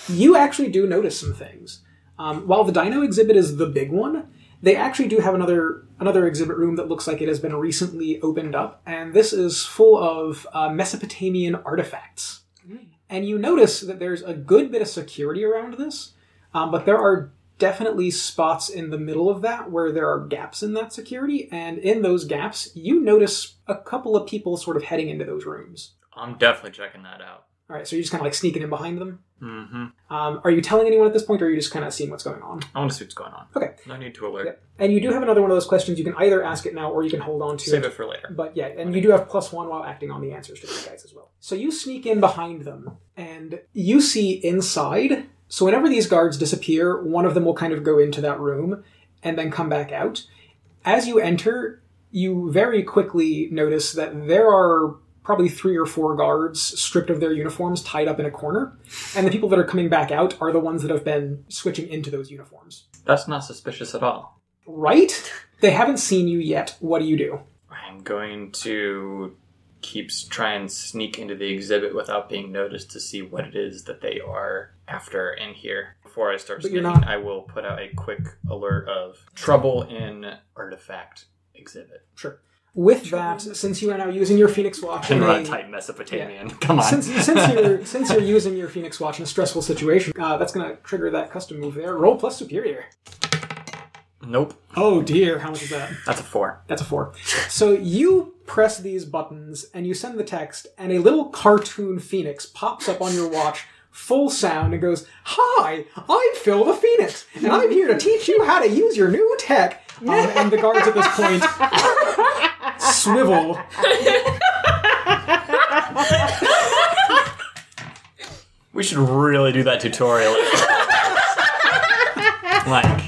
Speaker 2: you actually do notice some things um, while the dino exhibit is the big one they actually do have another another exhibit room that looks like it has been recently opened up and this is full of uh, mesopotamian artifacts and you notice that there's a good bit of security around this Um, but there are definitely spots in the middle of that where there are gaps in that security, and in those gaps, you notice a couple of people sort of heading into those rooms.
Speaker 7: I'm definitely checking that out.
Speaker 2: All right, so you're just kind of like sneaking in behind them.
Speaker 7: Mm-hmm.
Speaker 2: Um, are you telling anyone at this point, or are you just kind of seeing what's going on?
Speaker 7: I want to see what's going on.
Speaker 2: Okay.
Speaker 7: No need to alert.
Speaker 2: Yep. And you do have another one of those questions. You can either ask it now, or you can hold on to
Speaker 7: Save it for later.
Speaker 2: But yeah, and you do have plus one while acting on the answers to these guys as well. So you sneak in behind them, and you see inside. So whenever these guards disappear, one of them will kind of go into that room and then come back out. As you enter, you very quickly notice that there are probably three or four guards stripped of their uniforms tied up in a corner, and the people that are coming back out are the ones that have been switching into those uniforms.
Speaker 7: That's not suspicious at all.
Speaker 2: Right? They haven't seen you yet. What do you do?
Speaker 7: I'm going to keep s- try and sneak into the exhibit without being noticed to see what it is that they are after in here. Before I start
Speaker 2: But you're
Speaker 7: sneaking,
Speaker 2: not-
Speaker 7: I will put out a quick alert of trouble in artifact exhibit.
Speaker 2: Sure. With that, since you are now using your Phoenix Watch, in
Speaker 7: Can
Speaker 2: a-
Speaker 7: run type Mesopotamian. Come on.
Speaker 2: since, since you're since you're using your Phoenix Watch in a stressful situation, uh, that's going to trigger that custom move there. Roll plus superior.
Speaker 7: Nope.
Speaker 2: Oh dear, how much is that?
Speaker 7: That's a four.
Speaker 2: That's a four. So you press these buttons and you send the text, and a little cartoon phoenix pops up on your watch, full sound, and goes, Hi, I'm Phil the Phoenix, and I'm here to teach you how to use your new tech. Um, and the guards at this [laughs] point swivel.
Speaker 7: We should really do
Speaker 2: [laughs]
Speaker 7: that tutorial. like,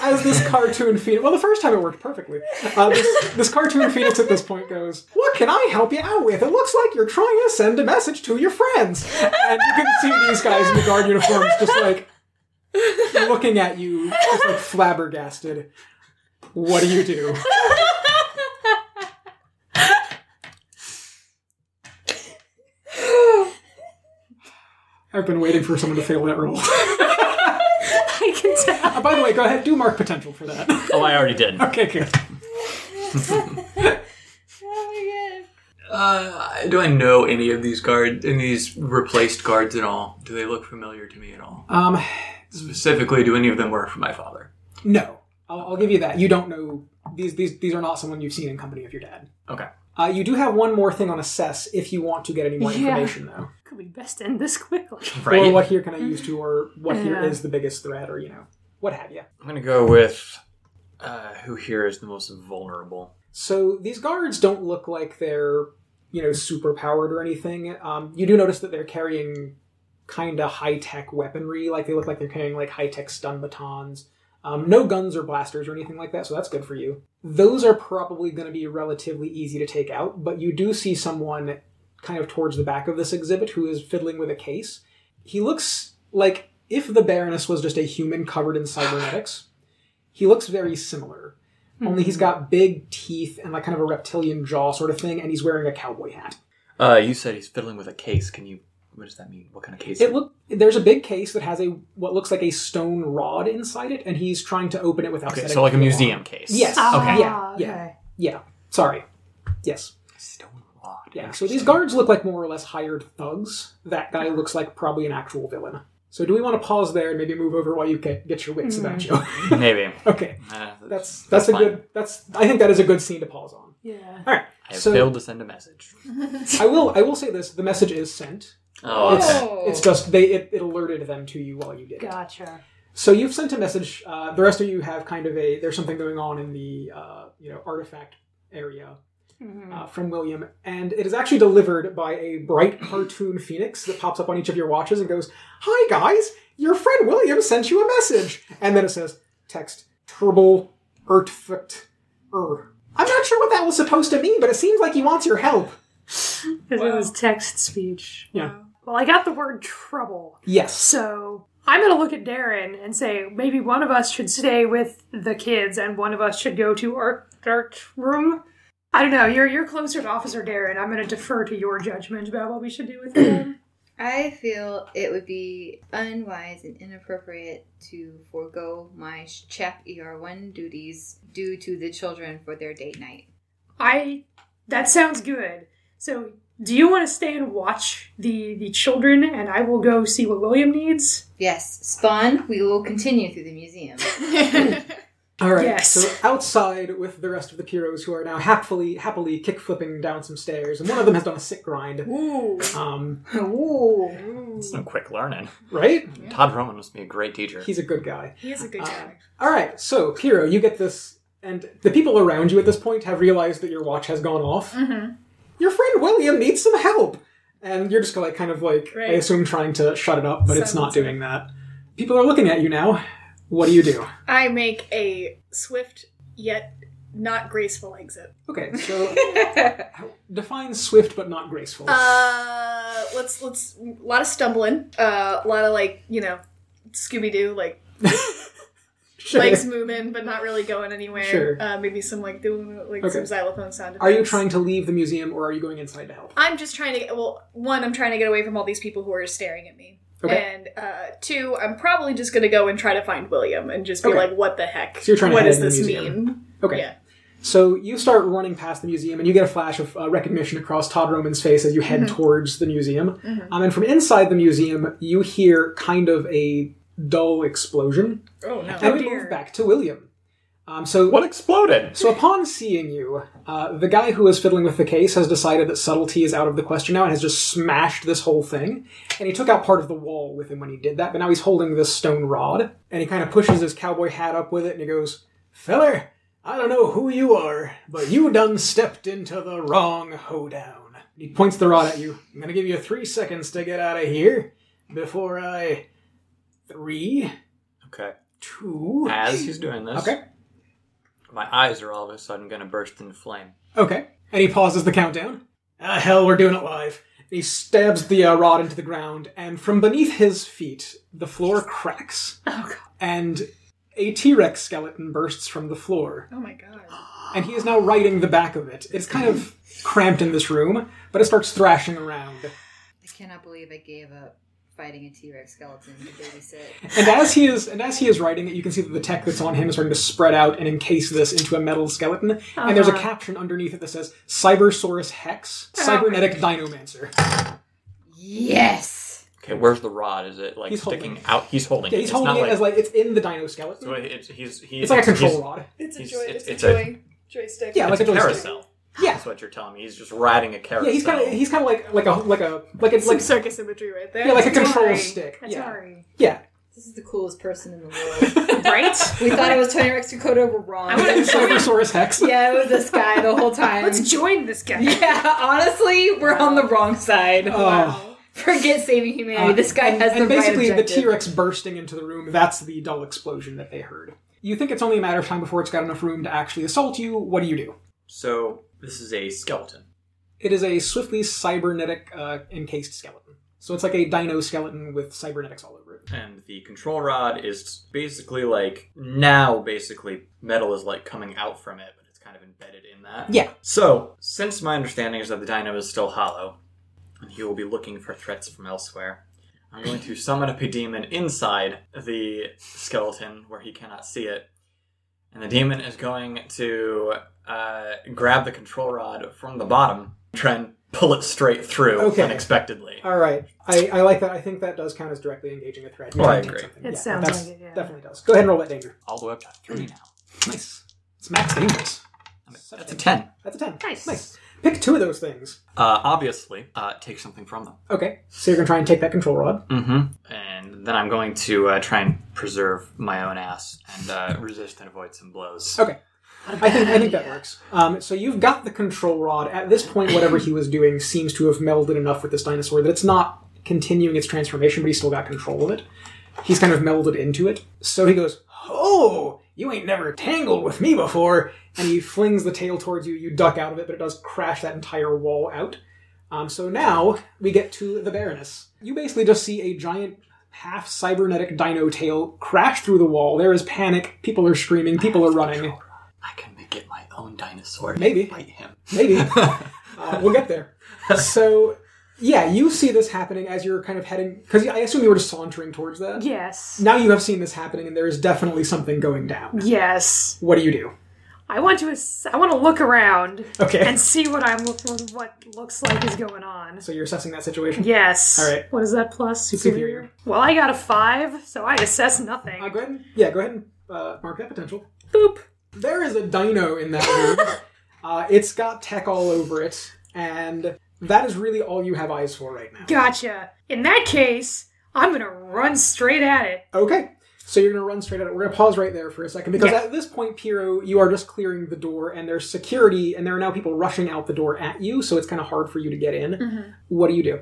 Speaker 2: as this cartoon phoenix. Well, the first time it worked perfectly. Uh, this, this cartoon phoenix at this point goes, "What can I help you out with? It looks like you're trying to send a message to your friends." And you can see these guys in the guard uniforms just like looking at you, just like flabbergasted. What do you do? I've been waiting for someone to fail that roll.
Speaker 5: I can tell.
Speaker 2: Uh, by the way, go ahead, do mark potential for that. [laughs]
Speaker 7: oh, I already did.
Speaker 2: Okay, good.
Speaker 6: Oh
Speaker 7: Uh, do I know any of these guard, any of these replaced guards at all? Do they look familiar to me at all?
Speaker 2: Um,
Speaker 7: Specifically, do any of them work for my father?
Speaker 2: no, I'll, I'll give you that. You don't know these. These these are not someone you've seen in company of your dad.
Speaker 7: Okay.
Speaker 2: Uh, you do have one more thing on assess if you want to get any more
Speaker 5: Yeah.
Speaker 2: information though,
Speaker 5: Could we best end this quickly?
Speaker 2: or
Speaker 7: Right.
Speaker 2: what here can I use to, or what here
Speaker 5: Yeah.
Speaker 2: is the biggest threat, or you know what have you.
Speaker 7: I'm gonna go with uh, who here is the most vulnerable.
Speaker 2: So these guards don't look like they're you know super powered or anything. Um, you do notice that they're carrying kind of high tech weaponry, like they look like they're carrying like high tech stun batons. Um, no guns or blasters or anything like that, so that's good for you. Those are probably going to be relatively easy to take out, but you do see someone kind of towards the back of this exhibit who is fiddling with a case. He looks like if the Baroness was just a human covered in cybernetics. He looks very similar only
Speaker 5: Hmm.
Speaker 2: he's got big teeth and like kind of a reptilian jaw sort of thing, and he's wearing a cowboy hat.
Speaker 7: Uh, you said he's fiddling with a case. Can you? What does that mean? What kind of case?
Speaker 2: It look there's a big case that has a what looks like a stone rod inside it, and he's trying to open it without.
Speaker 7: okay,
Speaker 2: setting
Speaker 7: so like a
Speaker 2: the
Speaker 7: museum
Speaker 2: alarm.
Speaker 7: case.
Speaker 2: Yes. Uh, [laughs]
Speaker 5: Ah,
Speaker 2: Yeah. Yeah.
Speaker 5: okay.
Speaker 2: Yeah. Sorry. Yes.
Speaker 7: Stone rod.
Speaker 2: Yeah. So these guards look like more or less hired thugs. That guy looks like probably an actual villain. So do we want to pause there and maybe move over while you get, get your wits about
Speaker 5: Hmm.
Speaker 2: you? [laughs]
Speaker 7: Maybe.
Speaker 2: okay.
Speaker 7: Uh,
Speaker 2: That's that's, a
Speaker 7: fine.
Speaker 2: good that's I think that is a good scene to pause on.
Speaker 5: Yeah.
Speaker 2: All right.
Speaker 7: I have
Speaker 2: so-
Speaker 7: failed to send a message.
Speaker 2: I will I will say this: the message is sent.
Speaker 7: Oh,
Speaker 2: It's,
Speaker 7: okay.
Speaker 6: Oh.
Speaker 2: it's just they it, it alerted them to you while you did. it.
Speaker 5: Gotcha.
Speaker 2: So you've sent a message. Uh, the rest of you have kind of a there's something going on in the uh, you know artifact area uh, from William, and it is actually delivered by a bright cartoon phoenix that pops up on each of your watches and goes, "Hi guys, your friend William sent you a message," and then it says text turble ertfucht er. I'm not sure what that was supposed to mean, but it seems like he wants your help.
Speaker 5: Because it was text speech.
Speaker 2: Yeah.
Speaker 5: Well, I got the word trouble.
Speaker 2: Yes.
Speaker 5: So I'm going to look at Darren and say maybe one of us should stay with the kids and one of us should go to art, art room. I don't know. You're you're closer to Officer Darren. I'm going to defer to your judgment about what we should do with
Speaker 4: [clears throat]
Speaker 5: them.
Speaker 6: I feel it would be unwise and inappropriate to forego my chef ER1 duties due to the children for their date night.
Speaker 5: I. That sounds good. So do you want to stay and watch the the children and I will go see what William needs?
Speaker 6: Yes, Spawn, we will continue through the museum. [laughs]
Speaker 2: All right.
Speaker 5: Yes.
Speaker 2: So outside with the rest of the Pyros who are now happily happily kick flipping down some stairs, and one of them has done a sick grind.
Speaker 4: Ooh.
Speaker 2: Um,
Speaker 6: Ooh.
Speaker 7: Some quick learning.
Speaker 2: right?
Speaker 7: Todd Roman must be a great teacher.
Speaker 2: He's a good guy. Uh,
Speaker 4: He is a good [laughs] guy.
Speaker 2: All right. So Pyro, you get this, and the people around you at this point have realized that your watch has gone off.
Speaker 4: Mm-hmm.
Speaker 2: Your friend William needs some help, and you're just like kind of like I
Speaker 4: Right.
Speaker 2: assume trying to shut it up, but it's not
Speaker 4: Silence it.
Speaker 2: doing that. People are looking at you now. What do you do?
Speaker 4: I make a swift yet not graceful exit.
Speaker 2: Okay,
Speaker 4: [laughs]
Speaker 2: so define swift but not graceful.
Speaker 4: Uh, let's let's a lot of stumbling, uh, a lot of like you know, Scooby Doo like
Speaker 2: Sure.
Speaker 4: legs moving but not really going anywhere.
Speaker 2: Sure.
Speaker 4: Uh, maybe some like doing like
Speaker 2: Okay.
Speaker 4: some xylophone sound.
Speaker 2: Are you
Speaker 4: effects.
Speaker 2: trying to leave the museum or are you going inside to help?
Speaker 4: I'm just trying to get well. One, I'm trying to get away from all these people who are just staring at me.
Speaker 2: Okay.
Speaker 4: And uh, two, I'm probably just gonna go and try to find William and just be
Speaker 2: Okay.
Speaker 4: like, "What the heck?
Speaker 2: So you're trying to
Speaker 4: what
Speaker 2: hide
Speaker 4: does
Speaker 2: in the
Speaker 4: this
Speaker 2: museum.
Speaker 4: mean?"
Speaker 2: Okay.
Speaker 4: Uh, Yeah.
Speaker 2: So you start running past the museum and you get a flash of uh, recognition across Todd Roman's face as you head
Speaker 4: Mm-hmm.
Speaker 2: towards the museum. Um, and from inside the museum, you hear kind of a dull explosion.
Speaker 4: Oh no.
Speaker 2: and we move back to William. Um, so
Speaker 7: What exploded?
Speaker 2: So upon seeing you, uh, the guy who was fiddling with the case has decided that subtlety is out of the question now and has just smashed this whole thing. And he took out part of the wall with him when he did that, but now he's holding this stone rod. And he kind of pushes his cowboy hat up with it and he goes, Feller, I don't know who you are, but you done stepped into the wrong hoedown. And He points the rod at you. I'm gonna give you three seconds to get out of here before I. Three,
Speaker 7: Okay.
Speaker 2: two.
Speaker 7: As he's doing this,
Speaker 2: Okay.
Speaker 7: my eyes are all of a sudden going to burst into flame.
Speaker 2: Okay. And he pauses the countdown. Ah, hell, we're doing it live. And he stabs the uh, rod into the ground, and from beneath his feet, the floor cracks. Oh, God. And a T Rex skeleton bursts from the floor,
Speaker 5: Oh my god.
Speaker 2: and he is now riding the back of it. It's kind of cramped in this room, but it starts thrashing around.
Speaker 6: I cannot believe I gave up fighting a T Rex skeleton to babysit.
Speaker 2: And as he is and as he is writing it, you can see that the tech that's on him is starting to spread out and encase this into a metal skeleton. And there's a caption underneath it that says Cybersaurus Hex, Cybernetic Dinomancer.
Speaker 6: yes!
Speaker 7: Okay, where's the rod? Is it like
Speaker 2: He's
Speaker 7: sticking
Speaker 2: holding it.
Speaker 7: out? He's holding
Speaker 2: Yeah,
Speaker 7: it.
Speaker 2: he's
Speaker 7: It's
Speaker 2: holding
Speaker 7: not
Speaker 2: it
Speaker 7: like,
Speaker 2: as like it's in the dino skeleton.
Speaker 7: so it's, he's, he's,
Speaker 2: it's like a control
Speaker 7: he's-
Speaker 2: rod.
Speaker 4: It's a
Speaker 7: He's-
Speaker 4: joy.
Speaker 7: it's-
Speaker 4: It's,
Speaker 7: it's
Speaker 4: a
Speaker 7: a-
Speaker 4: joy. Joystick.
Speaker 2: Yeah, like a
Speaker 7: It's a
Speaker 2: joystick.
Speaker 7: carousel.
Speaker 2: Yeah,
Speaker 7: That's what you're telling me. He's just riding a carousel.
Speaker 2: yeah. He's kind of he's kind of like like a like a like it's
Speaker 8: Some
Speaker 2: like
Speaker 8: circus imagery right there.
Speaker 2: yeah like a control
Speaker 5: Atari.
Speaker 2: stick. Yeah,
Speaker 5: Atari.
Speaker 2: yeah.
Speaker 6: This is the coolest person in the
Speaker 2: [laughs]
Speaker 6: world.
Speaker 4: [laughs]
Speaker 5: Right?
Speaker 6: we thought [laughs] it was Tony Rex Dakota, we're wrong.
Speaker 2: It's Cybersaurus Hex.
Speaker 6: yeah, it was this guy the [laughs] whole time.
Speaker 5: Let's join this guy.
Speaker 6: yeah, honestly, we're on the wrong side.
Speaker 2: Oh.
Speaker 6: Forget saving humanity.
Speaker 2: Uh,
Speaker 6: this guy
Speaker 2: and,
Speaker 6: has
Speaker 2: and
Speaker 6: the
Speaker 2: basically
Speaker 6: right
Speaker 2: the T-Rex bursting into the room. That's the dull explosion that they heard. You think it's only a matter of time before it's got enough room to actually assault you. What do you do?
Speaker 7: So this is a skeleton.
Speaker 2: It is a swiftly cybernetic uh, encased skeleton. So it's like a dino skeleton with cybernetics all over it.
Speaker 7: and the control rod is basically like now basically metal is like coming out from it but it's kind of embedded in that
Speaker 2: Yeah.
Speaker 7: so since my understanding is that the dino is still hollow and he will be looking for threats from elsewhere i'm going to summon up a demon inside the skeleton where he cannot see it and the demon is going to uh, grab the control rod from the bottom try and pull it straight through
Speaker 2: Okay.
Speaker 7: unexpectedly
Speaker 2: All right, I, I like that. I think that does count as directly engaging a threat. You
Speaker 7: Oh, I
Speaker 2: did
Speaker 7: agree.
Speaker 2: something.
Speaker 5: It
Speaker 2: Yeah,
Speaker 5: sounds
Speaker 2: that's-
Speaker 5: like it, yeah.
Speaker 2: Definitely does. Go ahead and roll that danger.
Speaker 7: all the way up to three now
Speaker 2: Nice. It's max dangerous.
Speaker 7: that's a 10
Speaker 2: That's a 10.
Speaker 5: Nice.
Speaker 2: Nice. Pick two of those things.
Speaker 7: Uh, obviously, uh, take something from them.
Speaker 2: Okay. So you're going to try and take that control rod.
Speaker 7: Mm-hmm. And then I'm going to uh, try and preserve my own ass
Speaker 2: [laughs]
Speaker 7: and uh, resist and avoid some blows.
Speaker 2: Okay. I think, I think that works. Um, so you've got the control rod. At this point, whatever he was doing seems to have melded enough with this dinosaur that it's not continuing its transformation, but he's still got control of it. He's kind of melded into it. So he goes, Oh, you ain't never tangled with me before. And he flings the tail towards you. You duck out of it, but it does crash that entire wall out. Um, so now we get to the Baroness. You basically just see a giant half cybernetic dino tail crash through the wall. There is panic. People are screaming. People are running.
Speaker 7: I can make it my own dinosaur. to
Speaker 2: Maybe.
Speaker 7: Fight him.
Speaker 2: Maybe. Uh, we'll get there. So, yeah, you see this happening as you're kind of heading. Because I assume you were just sauntering towards that.
Speaker 5: Yes.
Speaker 2: Now you have seen this happening, and there is definitely something going down.
Speaker 5: Yes.
Speaker 2: What do you do?
Speaker 5: I want to ass- I want to look around
Speaker 2: Okay.
Speaker 5: and see what I'm look- what looks like is going on.
Speaker 2: so you're assessing that situation?
Speaker 5: Yes.
Speaker 2: All right.
Speaker 5: What is that plus?
Speaker 2: It's superior.
Speaker 5: Well, I got a five, so I assess nothing.
Speaker 2: Uh, go ahead and, yeah, go ahead and uh, mark that potential.
Speaker 5: Boop.
Speaker 2: There is a dino in that
Speaker 5: [laughs]
Speaker 2: room. uh, it's got tech all over it, and that is really all you have eyes for right now.
Speaker 5: Gotcha. In that case, I'm gonna run straight at it.
Speaker 2: Okay. So you're going to run straight at it. We're going to pause right there for a second because at this point, Piero, you are just clearing the door and there's security and there are now people rushing out the door at you, so it's kind of hard for you to get in. What do you do?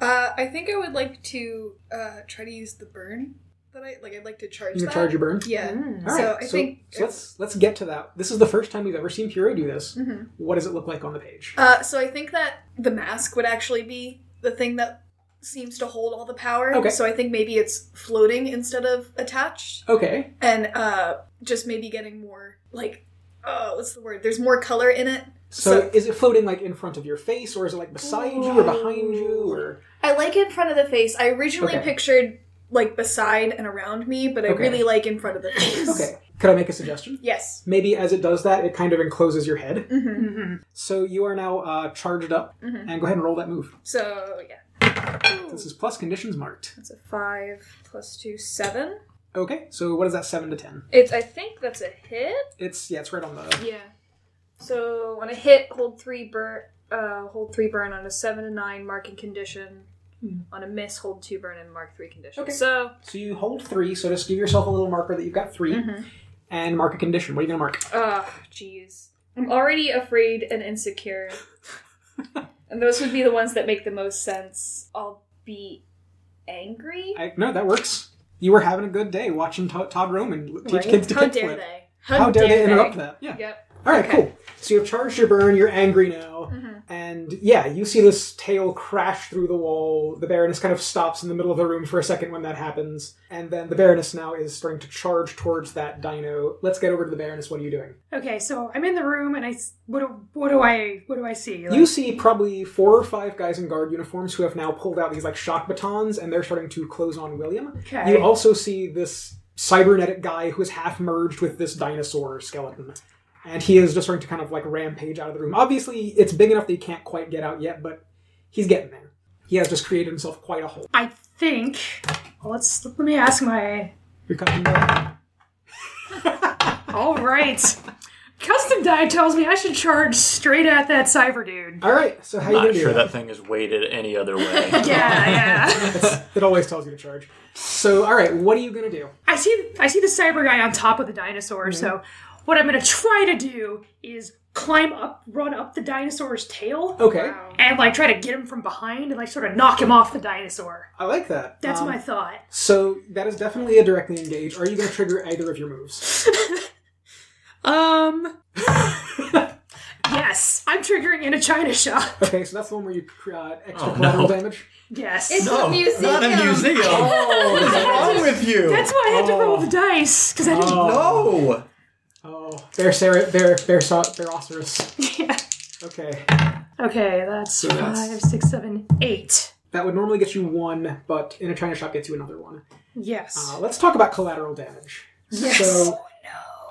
Speaker 8: Uh, I think I would like to uh, try to use the burn that I like. I'd like to charge.
Speaker 2: You can
Speaker 8: that.
Speaker 2: charge your burn?
Speaker 8: Yeah.
Speaker 6: Mm.
Speaker 2: All
Speaker 8: So
Speaker 2: right,
Speaker 8: I think.
Speaker 2: so let's let's get to that. This is the first time we've ever seen Piero do this. What does it look like on the page?
Speaker 8: Uh, so I think that the mask would actually be the thing that seems to hold all the power.
Speaker 2: Okay.
Speaker 8: So I think maybe it's floating instead of attached,
Speaker 2: Okay,
Speaker 8: and uh, just maybe getting more like, uh, what's the word? There's more color in it.
Speaker 2: so,
Speaker 8: So-
Speaker 2: is it floating like in front of your face, or is it like beside you, or behind you, or
Speaker 8: I like it in front of the face. I originally
Speaker 2: Okay.
Speaker 8: pictured like beside and around me, but I
Speaker 2: Okay.
Speaker 8: really like in front of the face.
Speaker 2: okay? Could I make a suggestion?
Speaker 8: Yes.
Speaker 2: Maybe as it does that, it kind of encloses your head.
Speaker 5: Mm-hmm.
Speaker 8: hmm
Speaker 2: Mm-hmm. So you are now uh, charged up,
Speaker 8: Mm-hmm.
Speaker 2: and go ahead and roll that move.
Speaker 8: So yeah,
Speaker 2: This is plus conditions marked.
Speaker 8: that's a five plus two, seven.
Speaker 2: Okay, so what is that? Seven to ten.
Speaker 4: It's I think that's a hit.
Speaker 2: It's yeah, it's right on the.
Speaker 4: Yeah. So when I hit, hold three burn, uh, hold three burn on a seven to nine marking condition. On a miss, hold two burn and mark three condition.
Speaker 2: Hmm. Okay.
Speaker 4: So
Speaker 2: So you hold three. So just give yourself a little marker that you've got 3
Speaker 4: Mm-hmm.
Speaker 2: and mark a condition. What are you gonna mark?
Speaker 4: Oh, jeez. I'm already afraid and
Speaker 2: [laughs]
Speaker 4: insecure. and those would be the ones that make the most sense. I'll be angry?
Speaker 2: I, no, that works. You were having a good day watching Todd, Todd Roman teach kids to
Speaker 4: How
Speaker 2: kickflip.
Speaker 4: dare they?
Speaker 2: How, dare, they interrupt that? Yeah.
Speaker 4: Yep. Mm-hmm.
Speaker 2: All right,
Speaker 4: Okay.
Speaker 2: cool. So you've charged your burn. You're angry now, and yeah, you see this tail crash through the wall. The Baroness kind of stops in the middle of the room for a second when that happens, and then the Baroness now is starting to charge towards that dino. Let's get over to the Baroness. What are you doing?
Speaker 5: Okay, so I'm in the room and I s- what do, what do I what do I see? Like,
Speaker 2: You see probably four or five guys in guard uniforms who have now pulled out these like shock batons, and they're starting to close on William.
Speaker 5: okay.
Speaker 2: You also see this cybernetic guy who is half merged with this dinosaur skeleton. And he is just starting to kind of like rampage out of the room. Obviously, it's big enough that he can't quite get out yet, but he's getting there. He has just created himself quite a hole.
Speaker 5: I think well, let's let me ask my
Speaker 2: You're cutting the-
Speaker 5: All
Speaker 2: [laughs]
Speaker 5: right. Custom die tells me I should charge straight at that cyber dude.
Speaker 2: All right, so how you
Speaker 7: Not
Speaker 2: gonna
Speaker 7: sure
Speaker 2: do that?
Speaker 7: that thing is weighted any
Speaker 5: [laughs]
Speaker 7: other way.
Speaker 2: [laughs]
Speaker 5: Yeah, yeah.
Speaker 2: It always tells you to charge. So, all right, what are you gonna do?
Speaker 5: I see I see the cyber guy on top of the dinosaur,
Speaker 2: Mm-hmm.
Speaker 5: so what I'm gonna try to do is climb up, run up the dinosaur's tail.
Speaker 2: Okay,
Speaker 5: And like try to get him from behind and like sort of knock him off the dinosaur.
Speaker 2: I like that.
Speaker 5: That's
Speaker 2: Um,
Speaker 5: my thought.
Speaker 2: So that is definitely a directly engage. Are you gonna trigger either of your moves? [laughs]
Speaker 5: Um Yes, I'm triggering in a China shot.
Speaker 2: Okay, so that's the one where you uh, extra
Speaker 7: Oh,
Speaker 2: collateral
Speaker 7: no.
Speaker 2: damage.
Speaker 5: Yes.
Speaker 6: It's
Speaker 2: Oh,
Speaker 6: a
Speaker 5: [laughs]
Speaker 6: museum. [laughs]
Speaker 7: what is wrong with you?
Speaker 5: That's why I had to roll the dice, because I didn't
Speaker 7: [laughs] no.
Speaker 2: Oh, Bear Sarah, Bear, Bear, Sa- Bearoceros.
Speaker 5: [laughs] Yeah.
Speaker 2: Okay.
Speaker 5: Okay, that's five,
Speaker 2: that's-
Speaker 5: six, seven, eight.
Speaker 2: That would normally get you one, but in a China shop gets you another one.
Speaker 5: Yes.
Speaker 2: Uh, let's talk about collateral damage.
Speaker 5: yes.
Speaker 7: Oh,
Speaker 2: So,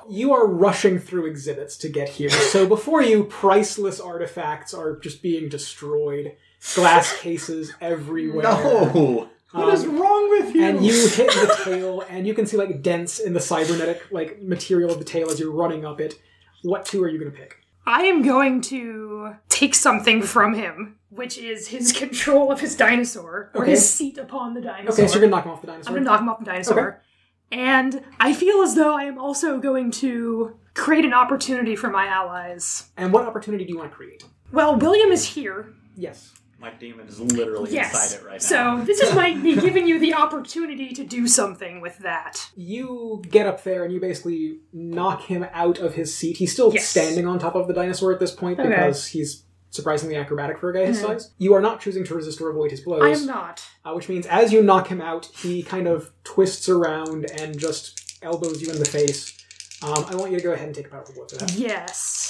Speaker 2: you are rushing through exhibits to get here. So, before you, priceless artifacts are just being destroyed, glass
Speaker 7: [laughs]
Speaker 2: cases everywhere. Um,
Speaker 7: No. What is wrong with you?
Speaker 2: And you hit the tail, and you can see like dents in the cybernetic like material of the tail as you're running up it. What two are you going to pick?
Speaker 5: I am going to take something from him, which is his [laughs] control of his dinosaur, or
Speaker 2: Okay.
Speaker 5: his seat upon the dinosaur.
Speaker 2: Okay, so you're going to knock him off the
Speaker 5: I'm
Speaker 2: dinosaur.
Speaker 5: going to knock him off the dinosaur. And I feel as though I am also going to create an opportunity for my allies.
Speaker 2: and what opportunity do you want to create?
Speaker 5: Well, William is here.
Speaker 2: Yes.
Speaker 7: My demon is literally
Speaker 5: Yes.
Speaker 7: inside it right now.
Speaker 5: so this
Speaker 2: [laughs]
Speaker 5: is my me giving you the opportunity to do something with that.
Speaker 2: you get up there and you basically knock him out of his seat. He's still
Speaker 5: Yes.
Speaker 2: standing on top of the dinosaur at this point
Speaker 5: Okay. Mm-hmm.
Speaker 2: because he's surprisingly acrobatic for a guy his size. You are not choosing to resist or avoid his
Speaker 5: I
Speaker 2: blows,
Speaker 5: am not.
Speaker 2: uh, which means as you knock him out, he kind of twists around and just elbows you in the face. Um, I want you to go ahead and take a powerful blow for that.
Speaker 5: Yes.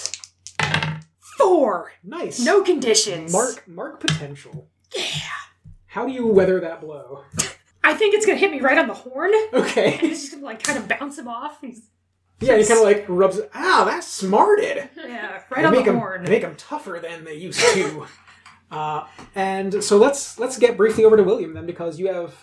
Speaker 5: Four.
Speaker 2: Nice.
Speaker 5: No conditions.
Speaker 2: Mark, mark potential. Yeah. How do you weather that blow? [laughs]
Speaker 5: I think it's gonna hit me right on the horn. [laughs]
Speaker 2: Okay.
Speaker 5: And it's just gonna like kind of bounce him off. He's
Speaker 2: Yeah, he kind of like rubs. it. Ah, that smarted.
Speaker 5: yeah, right
Speaker 2: They
Speaker 5: on the
Speaker 2: make 'em-
Speaker 5: horn.
Speaker 2: they Make them tougher than they used to. [laughs] uh, and so let's let's get briefly over to William then, because you have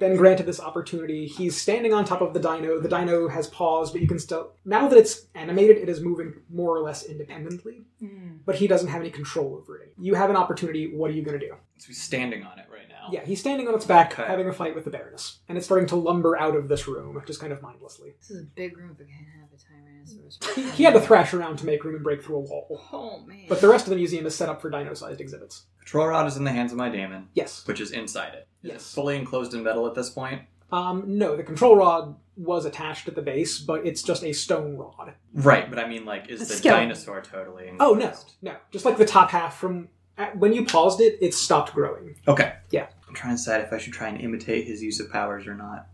Speaker 2: been granted this opportunity. He's standing on top of the dino. The dino has paused, but you can still now that it's animated, it is moving more or less independently.
Speaker 5: Hmm.
Speaker 2: But he doesn't have any control over it. You have an opportunity. What are you going to do?
Speaker 7: So he's standing on it right now.
Speaker 2: Yeah, he's standing on its back,
Speaker 7: Okay.
Speaker 2: having a fight with the Baroness, and it's starting to lumber out of this room, just kind of mindlessly.
Speaker 6: This is a big room, but can't have a Tyrannosaurus.
Speaker 2: He,
Speaker 6: [laughs]
Speaker 2: he had to thrash around to make room and break through a wall.
Speaker 6: Oh man.
Speaker 2: But the rest of the museum is set up for dino-sized exhibits.
Speaker 7: Control rod is in the hands of my demon,
Speaker 2: Yes.
Speaker 7: which is inside it. Is it
Speaker 2: Yes.
Speaker 7: fully enclosed in metal at this point?
Speaker 2: Um, no, the control rod was attached at the base, but it's just a stone rod.
Speaker 7: Right, but I mean, like, is
Speaker 5: The
Speaker 7: the,
Speaker 5: skeleton.
Speaker 7: dinosaur totally
Speaker 2: Oh
Speaker 7: enclosed?
Speaker 2: no, no, just like the top half from at, when you paused it, it stopped growing.
Speaker 7: Okay.
Speaker 2: Yeah.
Speaker 7: I'm trying to decide if I should try and imitate his use of powers or
Speaker 5: [laughs]
Speaker 7: not.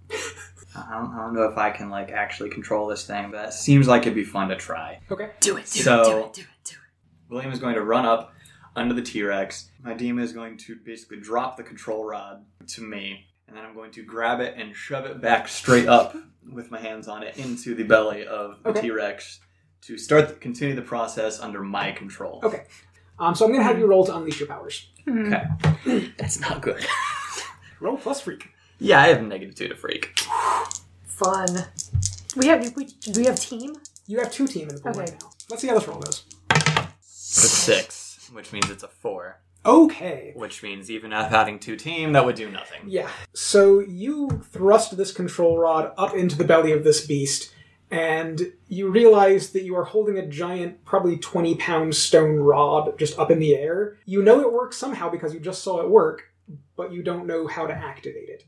Speaker 7: I don't, I don't know if I can like actually control this thing, but it seems like it'd be fun to try.
Speaker 2: Okay.
Speaker 5: do it, do
Speaker 7: So-
Speaker 5: it, do it, do it, do it.
Speaker 7: William is going to run up under the T Rex. My demon is going to basically drop the control rod to me, and then I'm going to grab it and shove it back straight up with my hands on it into the belly of the
Speaker 2: Okay.
Speaker 7: T Rex to start the, continue the process under my control.
Speaker 2: Okay. Um, so I'm gonna have you roll to unleash your powers.
Speaker 5: [clears throat]
Speaker 7: That's not good.
Speaker 2: Roll plus freak.
Speaker 7: yeah, I have negative two to freak.
Speaker 5: fun. We have we, we have team.
Speaker 2: You have two team in the pool
Speaker 5: Okay.
Speaker 2: right now. Let's see how this roll goes.
Speaker 7: It's a six, which means it's a four,
Speaker 2: Okay.
Speaker 7: which means even up adding two team, that would do nothing.
Speaker 2: Yeah. So you thrust this control rod up into the belly of this beast, and you realize that you are holding a giant, probably 20 pound stone rod just up in the air. You know it works somehow because you just saw it work, but you don't know how to activate it.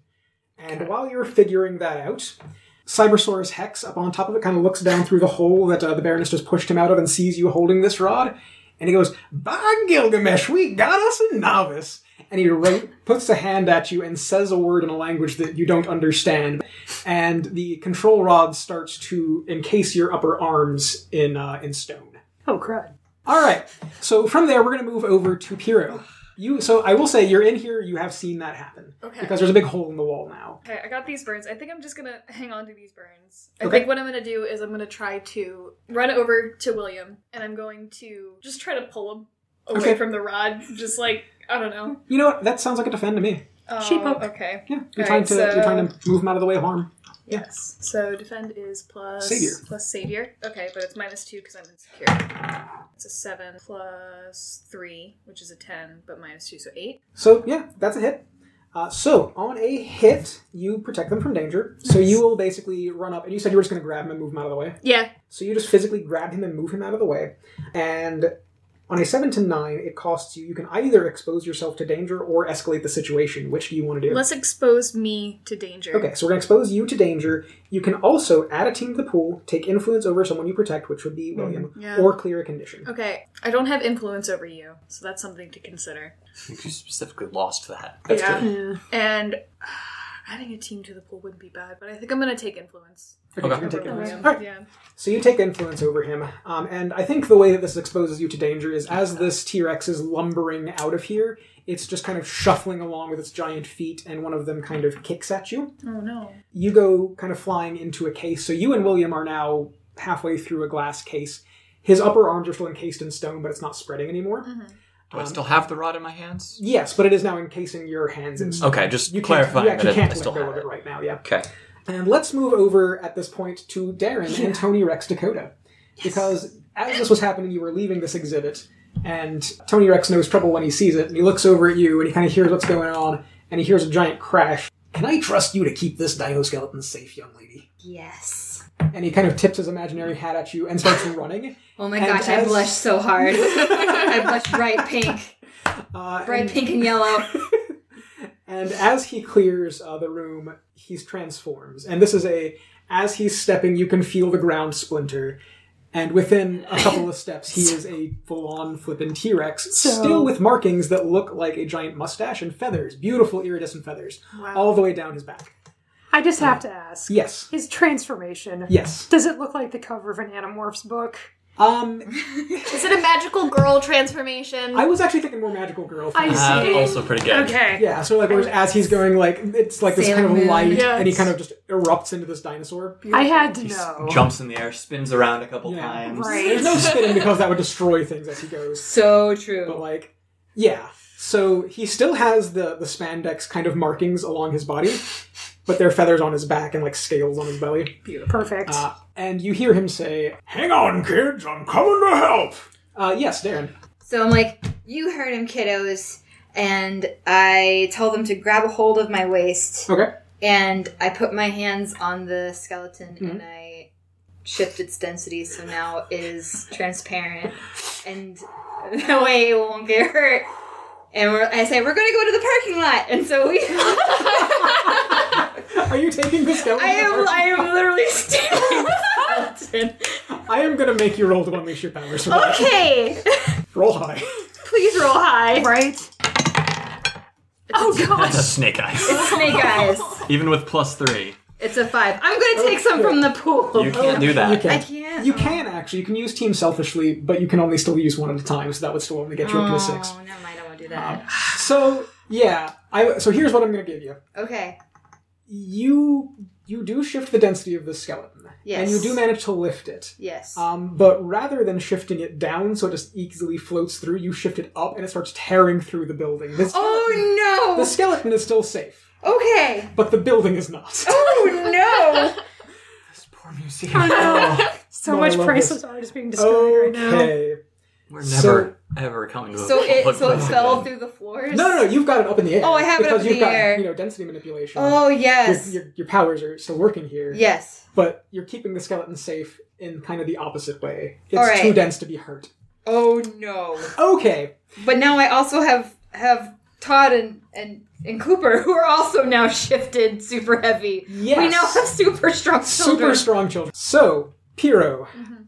Speaker 2: And while you're figuring that out, Cybersaur's hex up on top of it kind of looks down through the hole that uh, the Baroness just pushed him out of and sees you holding this rod. And he goes, By Gilgamesh, we got us a novice. And he ra- puts a hand at you and says a word in a language that you don't understand. And the control rod starts to encase your upper arms in, uh, in stone.
Speaker 5: Oh crud!
Speaker 2: All right. So from there, we're going to move over to Piro. You. So I will say, you're in here. You have seen that happen
Speaker 8: Okay.
Speaker 2: because there's a big hole in the wall now.
Speaker 8: Okay, I got these burns. I think I'm just gonna hang on to these burns. I
Speaker 2: Okay.
Speaker 8: think what I'm gonna do is I'm gonna try to run over to William and I'm going to just try to pull him away
Speaker 2: Okay.
Speaker 8: from the rod. Just like I don't know.
Speaker 2: [laughs] You know what? That sounds like a defend to me.
Speaker 8: Oh,
Speaker 5: Sheepoke.
Speaker 8: Okay.
Speaker 2: Yeah, you're
Speaker 8: All
Speaker 2: trying
Speaker 8: right,
Speaker 2: to
Speaker 8: so-
Speaker 2: you're trying to move him out of the way of harm.
Speaker 8: Yes. So defend is plus
Speaker 2: Savior.
Speaker 8: plus savior. Okay, but it's minus two because I'm insecure. It's a seven plus three, which is a ten, but minus two, so eight.
Speaker 2: So yeah, that's a hit. Uh, so on a hit, you protect them from danger. So you will basically run up, and you said you were just going to grab him and move him out of the way.
Speaker 8: Yeah.
Speaker 2: So you just physically grab him and move him out of the way. And on a seven to nine, it costs you. You can either expose yourself to danger or escalate the situation. Which do you want to do?
Speaker 8: Let's expose me to danger.
Speaker 2: Okay, so we're going to expose you to danger. You can also add a team to the pool, take influence over someone you protect, which would be William,
Speaker 8: Yeah.
Speaker 2: or clear a condition.
Speaker 8: Okay, I don't have influence over you, so that's something to consider.
Speaker 7: I think you specifically lost that.
Speaker 8: yeah. And uh, adding a team to the pool wouldn't be bad, but I think I'm gonna take influence.
Speaker 2: Okay,
Speaker 7: Okay.
Speaker 2: you can take
Speaker 8: over
Speaker 2: influence.
Speaker 8: William.
Speaker 2: All right.
Speaker 8: Yeah.
Speaker 2: So you take influence over him, um, and I think the way that this exposes you to danger is as this T Rex is lumbering out of here, it's just kind of shuffling along with its giant feet, and one of them kind of kicks at you.
Speaker 8: Oh no.
Speaker 2: You go kind of flying into a case, so you and William are now halfway through a glass case. His upper arms are still encased in stone, but it's not spreading anymore.
Speaker 7: Do
Speaker 2: Um,
Speaker 7: I still have the rod in my hands?
Speaker 2: Yes, but it is now encasing your hands in stone.
Speaker 7: Okay, just
Speaker 2: You can't-
Speaker 7: clarifying
Speaker 2: you actually
Speaker 7: that I- I
Speaker 2: can't
Speaker 7: still
Speaker 2: let go
Speaker 7: have
Speaker 2: of it
Speaker 7: it.
Speaker 2: right now, yeah.
Speaker 7: Okay.
Speaker 2: And let's move over at this point to Darren and Tony Rex Dakota. Because as this was happening, you were leaving this exhibit, and Tony Rex knows trouble when he sees it, and he looks over at you and he kind of hears what's going on, and he hears a giant crash. Can I trust you to keep this dino skeleton safe, young lady?
Speaker 6: Yes.
Speaker 2: And he kind of tips his imaginary hat at you and starts [laughs] running.
Speaker 6: Oh my
Speaker 2: And
Speaker 6: gosh, I
Speaker 2: as-
Speaker 6: blushed so [laughs] hard. I blushed bright [laughs] pink,
Speaker 2: Uh,
Speaker 6: bright
Speaker 2: and-
Speaker 6: pink and yellow.
Speaker 2: And as he clears uh, the room, he transforms. And this is a as he's stepping, you can feel the ground splinter. And within a couple of steps, he is a full-on flippin' T-Rex,
Speaker 5: So-
Speaker 2: still with markings that look like a giant mustache and feathers, beautiful iridescent feathers, all the way down his back.
Speaker 5: I just have to ask.
Speaker 2: Yes,
Speaker 5: His transformation.
Speaker 2: yes.
Speaker 5: Does it look like the cover of an Animorphs book?
Speaker 2: Um,
Speaker 9: Is it a magical girl transformation?
Speaker 2: I was actually thinking more magical girl.
Speaker 5: I
Speaker 2: thing.
Speaker 5: see.
Speaker 7: Uh, also pretty good.
Speaker 5: Okay.
Speaker 2: Yeah, so like whereas as he's going, like it's like this
Speaker 6: Sailor
Speaker 2: kind of
Speaker 6: Moon.
Speaker 2: light,
Speaker 8: Yes.
Speaker 2: and he kind of just erupts into this dinosaur.
Speaker 5: I had to
Speaker 7: He s-
Speaker 5: know.
Speaker 7: jumps in the air, spins around a couple
Speaker 2: Yeah.
Speaker 7: times.
Speaker 5: Right.
Speaker 2: There's no spinning because that would destroy things as he goes.
Speaker 6: So
Speaker 2: but
Speaker 6: true.
Speaker 2: like yeah so he still has the the spandex kind of markings along his body but they're feathers on his back and like scales on his belly
Speaker 5: Perfect.
Speaker 2: uh, and you hear him say hang on kids i'm coming to help uh, yes darren
Speaker 6: So I'm like, you heard him, kiddos. And I tell them to grab a hold of my waist.
Speaker 2: okay
Speaker 6: And I put my hands on the skeleton and I shift its density so now it is transparent. And [laughs] that way it won't get hurt. And we're, I say, we're going to go to the parking lot. And so we.
Speaker 2: are you taking this skeleton
Speaker 6: I am,
Speaker 2: apart?
Speaker 6: I am literally stealing the skeleton.
Speaker 2: I am gonna make you roll to unleash your powers [laughs] for that.
Speaker 6: Okay.
Speaker 2: roll high
Speaker 6: [laughs] Please roll high.
Speaker 2: [laughs]
Speaker 5: right? Oh
Speaker 7: [laughs] That's a
Speaker 5: gosh.
Speaker 7: snake eyes.
Speaker 6: Snake eyes.
Speaker 7: Even with plus three,
Speaker 6: It's a five. I'm gonna take some from the pool.
Speaker 7: you can't do
Speaker 2: you
Speaker 7: that.
Speaker 2: can
Speaker 6: I Oh, can't.
Speaker 2: you can actually you can use team selfishly but you can only still use one at a time so that would still only get you up to a six
Speaker 6: Oh, never mind. I won't do
Speaker 2: Um,
Speaker 6: that.
Speaker 2: so yeah I, so here's what i'm gonna give you
Speaker 6: Okay.
Speaker 2: you you do shift the density of the skeleton
Speaker 6: Yes.
Speaker 2: and you do manage to lift it
Speaker 6: Yes.
Speaker 2: um, but rather than shifting it down so it just easily floats through you shift it up and it starts tearing through the building the,
Speaker 6: oh
Speaker 2: the skeleton is still safe
Speaker 6: no. Okay.
Speaker 2: but the building is not [laughs]
Speaker 6: Oh no.
Speaker 2: see.
Speaker 5: Oh, [laughs] no. So
Speaker 2: No, I
Speaker 5: much
Speaker 2: love
Speaker 5: priceless
Speaker 2: this.
Speaker 5: art is being destroyed right
Speaker 2: okay.
Speaker 7: [laughs] We're never
Speaker 2: So-
Speaker 7: ever coming to a
Speaker 6: So it
Speaker 7: public
Speaker 2: [laughs]
Speaker 6: so it
Speaker 7: place
Speaker 6: fell
Speaker 7: again.
Speaker 6: through the floors.
Speaker 2: No, no, no, you've got it up in the air.
Speaker 6: Oh, I have it
Speaker 2: because
Speaker 6: up in
Speaker 2: you've
Speaker 6: the
Speaker 2: got,
Speaker 6: air.
Speaker 2: You know, density manipulation.
Speaker 6: Oh
Speaker 2: Your-
Speaker 6: yes,
Speaker 2: Your, your powers are still working here.
Speaker 6: yes.
Speaker 2: But you're keeping the skeleton safe in kind of the opposite way. It's
Speaker 6: All right.
Speaker 2: too dense to be hurt.
Speaker 6: Oh no.
Speaker 2: Okay.
Speaker 6: But now I also have have Todd and and and Cooper who are also now shifted super heavy.
Speaker 2: Yes.
Speaker 6: We now have super strong
Speaker 2: super
Speaker 6: children.
Speaker 2: strong children. So, Piro,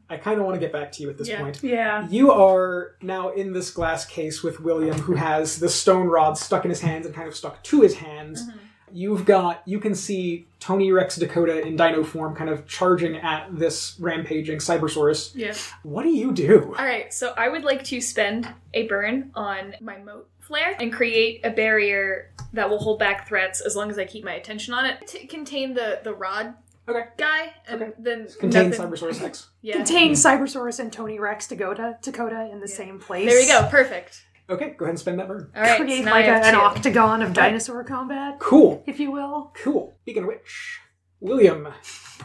Speaker 2: I kind of want to get back to you at this
Speaker 8: Yeah.
Speaker 2: point.
Speaker 5: now. Yeah.
Speaker 2: You are now in this glass case with William, who has the stone rod stuck in his hands and kind of stuck to his hands.
Speaker 8: Mm-hmm.
Speaker 2: You've got, you can see Tony Rex Dakota in dino form kind of charging at this rampaging Cybersaurus.
Speaker 8: Yeah.
Speaker 2: What do you do?
Speaker 8: All right, so I would like to spend a burn on my moat flare and create a barrier that will hold back threats as long as I keep my attention on it to contain the the rod
Speaker 2: Okay.
Speaker 8: guy and
Speaker 2: Okay.
Speaker 8: then
Speaker 2: Contain
Speaker 8: nothing-
Speaker 2: Cybersaurus X.
Speaker 8: Yeah.
Speaker 5: Contain Cybersaurus and Tony Rex Dakota, Dakota in the same place.
Speaker 8: there you go. Perfect.
Speaker 2: Okay, go ahead and spend that burn.
Speaker 8: All right.
Speaker 5: Create
Speaker 8: so now
Speaker 5: like
Speaker 8: I
Speaker 5: a,
Speaker 8: have
Speaker 5: an
Speaker 8: two.
Speaker 5: octagon of dinosaur combat,
Speaker 2: Cool,
Speaker 5: if you will.
Speaker 2: cool. Speaking of which, William,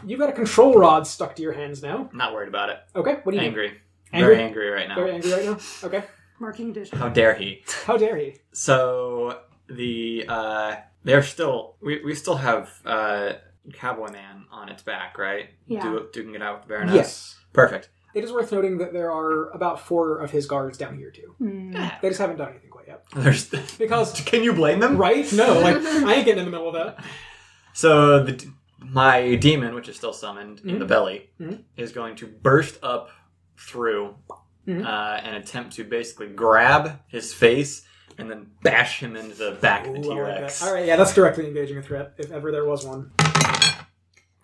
Speaker 2: you've got a control rod stuck to your hands now.
Speaker 7: Not worried about it.
Speaker 2: Okay, what do you
Speaker 7: Angry.
Speaker 2: Angry?
Speaker 7: Very angry right now.
Speaker 2: Very angry right now? Okay.
Speaker 5: Marking dish.
Speaker 7: How dare he?
Speaker 2: How dare he?
Speaker 7: So the uh they're still we, we still have uh Cowboy Man on its back, right?
Speaker 5: Yeah.
Speaker 7: Du- duking it out with the Baroness.
Speaker 2: Yes.
Speaker 7: Perfect. [laughs]
Speaker 2: It is worth noting that there are about four of his guards down here too. They just haven't done anything quite yet.
Speaker 7: There's
Speaker 2: Because
Speaker 7: Can you blame them?
Speaker 2: right? No, like [laughs] I ain't getting in the middle of that.
Speaker 7: So the d- my demon, which is still summoned in the belly,
Speaker 2: Mhm.
Speaker 7: is going to burst up through
Speaker 2: Mhm.
Speaker 7: uh, and attempt to basically grab his face and then bash him into the back of the
Speaker 2: Ooh, I
Speaker 7: T
Speaker 2: like
Speaker 7: Rex.
Speaker 2: that. All right, yeah, that's directly engaging a threat if ever there was one.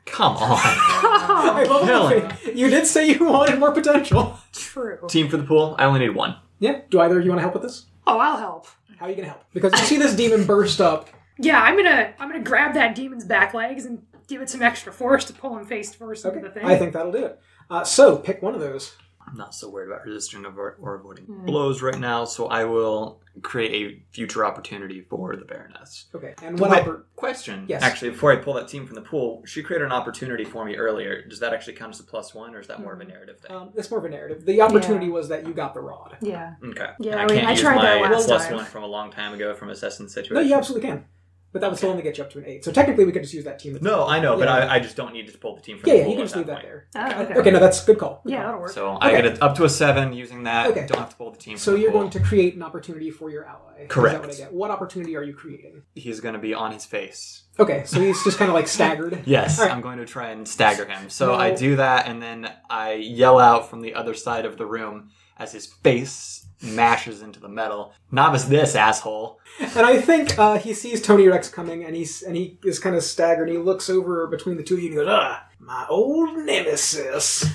Speaker 7: Come on,
Speaker 2: [laughs] I love
Speaker 7: hell
Speaker 2: it. You did say you wanted more potential.
Speaker 5: True.
Speaker 7: team for the pool. I only need one.
Speaker 2: Yeah. Do either of you want to help with this?
Speaker 5: Oh, I'll help.
Speaker 2: How are you gonna help? Because you see this demon burst [laughs] up.
Speaker 5: Yeah, I'm gonna I'm gonna grab that demon's back legs and give it some extra force to pull him face first into the thing.
Speaker 2: I think that'll do it. Uh, so pick one of those.
Speaker 7: I'm not so worried about resisting or, or avoiding
Speaker 2: Hmm.
Speaker 7: blows right now, so I will create a future opportunity for the Baroness.
Speaker 2: Okay. And one
Speaker 7: Wait,
Speaker 2: oppor-
Speaker 7: question.
Speaker 2: Yes.
Speaker 7: Actually, before I pull that team from the pool, she created an opportunity for me earlier. Does that actually count as a plus one, or is that more of a narrative thing?
Speaker 2: um, it's more of a narrative. The opportunity was that you got the rod.
Speaker 5: Yeah.
Speaker 7: Okay.
Speaker 5: Yeah,
Speaker 7: And I
Speaker 5: I mean,
Speaker 7: can't
Speaker 5: I
Speaker 7: use
Speaker 5: tried that
Speaker 7: my
Speaker 5: last
Speaker 7: plus
Speaker 5: time.
Speaker 7: one from a long time ago from assessing situation.
Speaker 2: No, you absolutely can. But that would still only get you up to an eight. So technically, we could just use that team.
Speaker 7: No, I know, but
Speaker 2: Yeah.
Speaker 7: I, I just don't need to pull the team from
Speaker 2: Yeah,
Speaker 7: the
Speaker 2: yeah,
Speaker 7: pool
Speaker 2: you can
Speaker 7: at
Speaker 2: just leave that
Speaker 7: point.
Speaker 2: there.
Speaker 5: Oh, okay.
Speaker 2: Okay, no, that's good call. Good
Speaker 5: Yeah,
Speaker 2: call.
Speaker 5: that'll work.
Speaker 7: So I
Speaker 2: Okay.
Speaker 7: get it up to a seven using that.
Speaker 2: Okay.
Speaker 7: Don't have to pull the team.
Speaker 2: So
Speaker 7: from the
Speaker 2: you're
Speaker 7: pool.
Speaker 2: going to create an opportunity for your ally. Is that
Speaker 7: Correct.
Speaker 2: what, I get? What opportunity are you creating?
Speaker 7: He's going to be on his face.
Speaker 2: Okay, so he's just kind of like staggered.
Speaker 7: Yes,
Speaker 2: All right.
Speaker 7: I'm going to try and stagger him. So I
Speaker 2: No.
Speaker 7: do that, and then I yell out from the other side of the room as his face mashes into the metal. Novice, this asshole.
Speaker 2: And I think uh, he sees Tony Rex coming, and he's and he is kind of staggered. And he looks over between the two of you and he goes, "Ah, my old nemesis,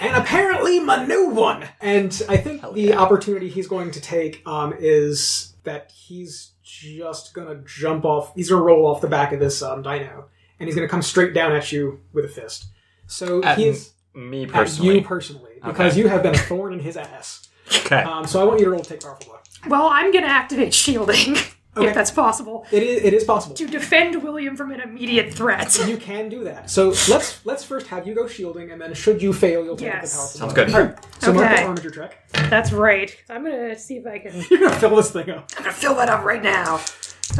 Speaker 2: and apparently my new one." And I think the opportunity he's going to take um, is that he's just gonna jump off. He's gonna roll off the back of this um, dino, and he's gonna come straight down at you with a fist. So
Speaker 7: At
Speaker 2: he's
Speaker 7: Me
Speaker 2: at
Speaker 7: personally.
Speaker 2: you personally because you have been a thorn in his ass.
Speaker 7: okay.
Speaker 2: Um, so I want you to roll take powerful blow.
Speaker 5: Well, I'm gonna activate shielding, [laughs]
Speaker 2: Okay.
Speaker 5: if that's possible,
Speaker 2: It is it is possible.
Speaker 5: to defend William from an immediate threat. [laughs]
Speaker 2: You can do that. So let's let's first have you go shielding, and then should you fail, you'll take
Speaker 5: Yes.
Speaker 2: up the
Speaker 7: Sounds
Speaker 2: powerful.
Speaker 7: good.
Speaker 2: Alright, so mark the
Speaker 5: Okay.
Speaker 2: armature track.
Speaker 5: That's right. I'm gonna see if I can.
Speaker 2: [laughs] You're gonna fill this thing up.
Speaker 5: I'm gonna [laughs] fill that up right now.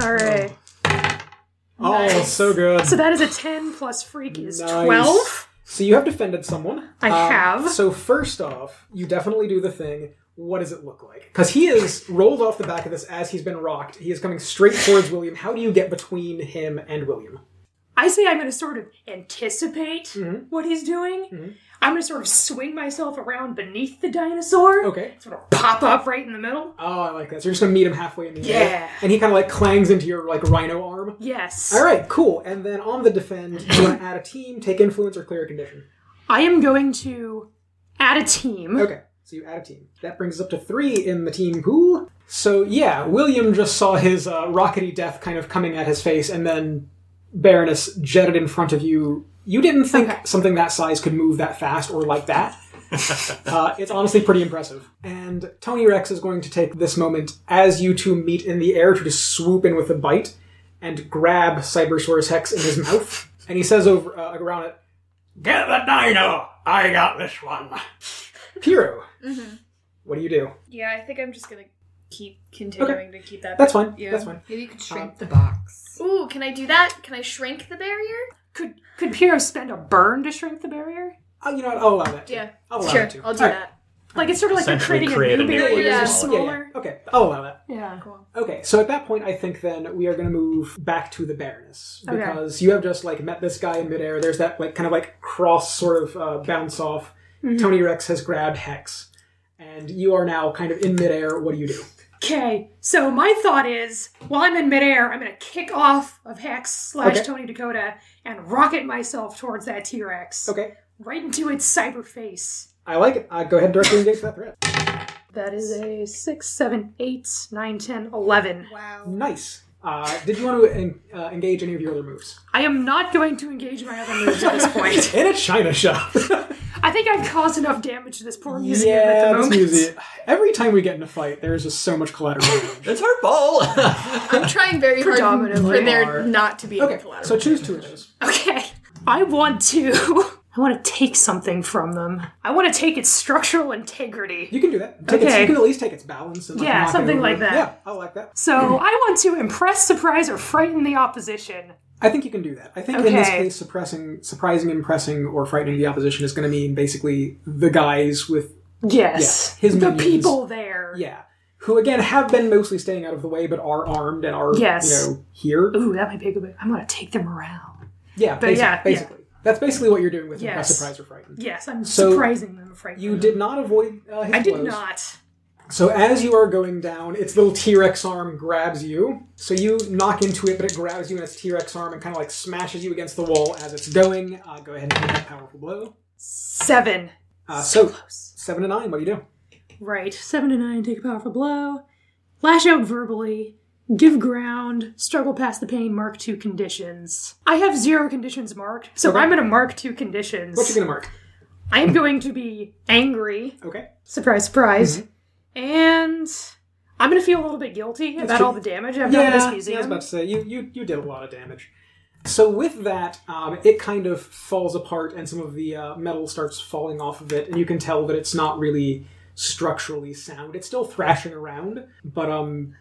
Speaker 5: All right.
Speaker 2: Oh, so good.
Speaker 5: So that is a ten plus freak is
Speaker 2: Nice.
Speaker 5: twelve.
Speaker 2: So you have defended someone. Um,
Speaker 5: I have.
Speaker 2: So first off, you definitely do the thing. What does it look like? Because he is rolled off the back of this as he's been rocked. He is coming straight towards William. How do you get between him and William?
Speaker 5: I say I'm gonna sort of anticipate
Speaker 2: Mm-hmm.
Speaker 5: what he's doing. I'm gonna sort of swing myself around beneath the dinosaur.
Speaker 2: Okay.
Speaker 5: Sort of pop up right in the middle.
Speaker 2: Oh, I like that. So you're just gonna meet him halfway in the air.
Speaker 5: Yeah.
Speaker 2: And he kind of like clangs into your like rhino arm.
Speaker 5: Yes.
Speaker 2: All right, cool. And then on the defend, you want to add a team, take influence, or clear a condition.
Speaker 5: I am going to add a team.
Speaker 2: Okay, so you add a team. That brings us up to three in the team pool. So yeah, William just saw his uh, rockety death kind of coming at his face, and then Baroness jetted in front of you. You didn't think something that size could move that fast or like that. uh, it's honestly pretty impressive. And Tony Rex is going to take this moment as you two meet in the air to just swoop in with a bite and grab Cybersaurus Hex in his mouth. And he says over uh, around it,
Speaker 10: Get the dino! I got this one.
Speaker 2: Piru,
Speaker 8: Mm-hmm.
Speaker 2: what do you do?
Speaker 8: Yeah, I think I'm just gonna keep continuing to keep that.
Speaker 2: That's fine.
Speaker 8: Yeah.
Speaker 2: That's fine.
Speaker 6: Maybe you could shrink
Speaker 2: Um,
Speaker 6: the box.
Speaker 8: Ooh, can I do that? Can I shrink the barrier?
Speaker 5: Could could Piero spend a burn to shrink the barrier?
Speaker 2: Oh, you know what? I'll allow that.
Speaker 8: Yeah,
Speaker 2: I'll allow
Speaker 8: sure.
Speaker 2: that too.
Speaker 8: I'll do
Speaker 2: All right.
Speaker 8: that.
Speaker 5: Like it's sort of like they're creating
Speaker 7: Essentially
Speaker 5: a
Speaker 7: create a
Speaker 5: new
Speaker 7: new
Speaker 5: barrier
Speaker 8: one.
Speaker 5: that's just
Speaker 2: Yeah, yeah.
Speaker 5: smaller.
Speaker 2: Okay, I'll allow that.
Speaker 5: Yeah.
Speaker 2: Okay, so at that point, I think then we are going to move back to the Baroness
Speaker 5: Okay.
Speaker 2: because you have just like met this guy in midair. There's that like kind of like cross sort of uh, bounce off.
Speaker 8: Mm-hmm.
Speaker 2: Tony Rex has grabbed Hex, and you are now kind of in midair. What do you do?
Speaker 5: Okay. So my thought is, while I'm in midair, I'm gonna kick off of Hex slash
Speaker 2: Okay.
Speaker 5: Tony Dakota and rocket myself towards that T Rex.
Speaker 2: Okay,
Speaker 5: Right into its cyber face.
Speaker 2: I like it. Uh, go ahead and directly engage that threat.
Speaker 5: That is a six, seven, eight, nine, ten, eleven.
Speaker 6: Wow.
Speaker 2: Nice. Uh, did you want to en- uh, engage any of your other moves?
Speaker 5: I am not going to engage my other moves
Speaker 2: [laughs]
Speaker 5: at this point.
Speaker 2: in a china shop. [laughs]
Speaker 5: I think I've caused enough damage to this poor museum at the
Speaker 2: yeah, this
Speaker 5: moment.
Speaker 2: museum. Every time we get in a fight, there is just so much collateral
Speaker 5: [laughs]
Speaker 2: damage.
Speaker 7: It's her ball.
Speaker 9: I'm trying very hard
Speaker 5: Predominantly
Speaker 9: for there
Speaker 2: are.
Speaker 9: not to be any
Speaker 2: Okay,
Speaker 9: collateral.
Speaker 2: so choose two of those.
Speaker 5: Okay. I want to. [laughs] I want to take something from them. I want to take its structural integrity.
Speaker 2: You can do that. Take its-
Speaker 5: Okay.
Speaker 2: you can at least take its balance and like,
Speaker 5: Yeah,
Speaker 2: knock it
Speaker 5: something
Speaker 2: over.
Speaker 5: like that.
Speaker 2: Yeah, I like that.
Speaker 5: So I want to impress, surprise, or frighten the opposition.
Speaker 2: I think you can do that. I think in this
Speaker 5: Okay.
Speaker 2: case, suppressing, surprising, impressing, or frightening the opposition is going to mean basically the guys with
Speaker 5: Yes.
Speaker 2: Yeah, his
Speaker 5: the
Speaker 2: minions.
Speaker 5: people there.
Speaker 2: yeah, who again have been mostly staying out of the way, but are armed and are
Speaker 5: Yes.
Speaker 2: you know here.
Speaker 5: Ooh, that might be a good. I'm gonna take their morale.
Speaker 2: Yeah,
Speaker 5: But
Speaker 2: basi-
Speaker 5: yeah,
Speaker 2: basically that's basically what you're doing with impress,
Speaker 5: Yes.
Speaker 2: surprise, or frighten.
Speaker 5: Yes, I'm
Speaker 2: So,
Speaker 5: surprising them. Frightening.
Speaker 2: You
Speaker 5: them.
Speaker 2: did not avoid uh, his
Speaker 5: I did
Speaker 2: blows.
Speaker 5: not.
Speaker 2: So as you are going down, its little T-Rex arm grabs you. So you knock into it, but it grabs you in its T-Rex arm and kind of like smashes you against the wall as it's going. Uh, go ahead and take that powerful blow.
Speaker 5: Seven.
Speaker 2: Uh, so seven to nine. What do you do?
Speaker 5: Right. Seven to nine. Take a powerful blow. Lash out verbally. Give ground. Struggle past the pain. Mark two conditions. I have zero conditions marked, so
Speaker 2: Okay.
Speaker 5: I'm gonna mark two conditions.
Speaker 2: What you gonna mark?
Speaker 5: I am going to be angry.
Speaker 2: Okay.
Speaker 5: Surprise, surprise.
Speaker 2: Mm-hmm.
Speaker 5: And I'm gonna feel a little bit guilty about
Speaker 2: true.
Speaker 5: all the damage I've done to this
Speaker 2: Yeah, yeah, I was
Speaker 5: museum.
Speaker 2: about to say you, you you did a lot of damage. So with that, um, it kind of falls apart, and some of the uh, metal starts falling off of it, and you can tell that it's not really structurally sound. It's still thrashing around, but um,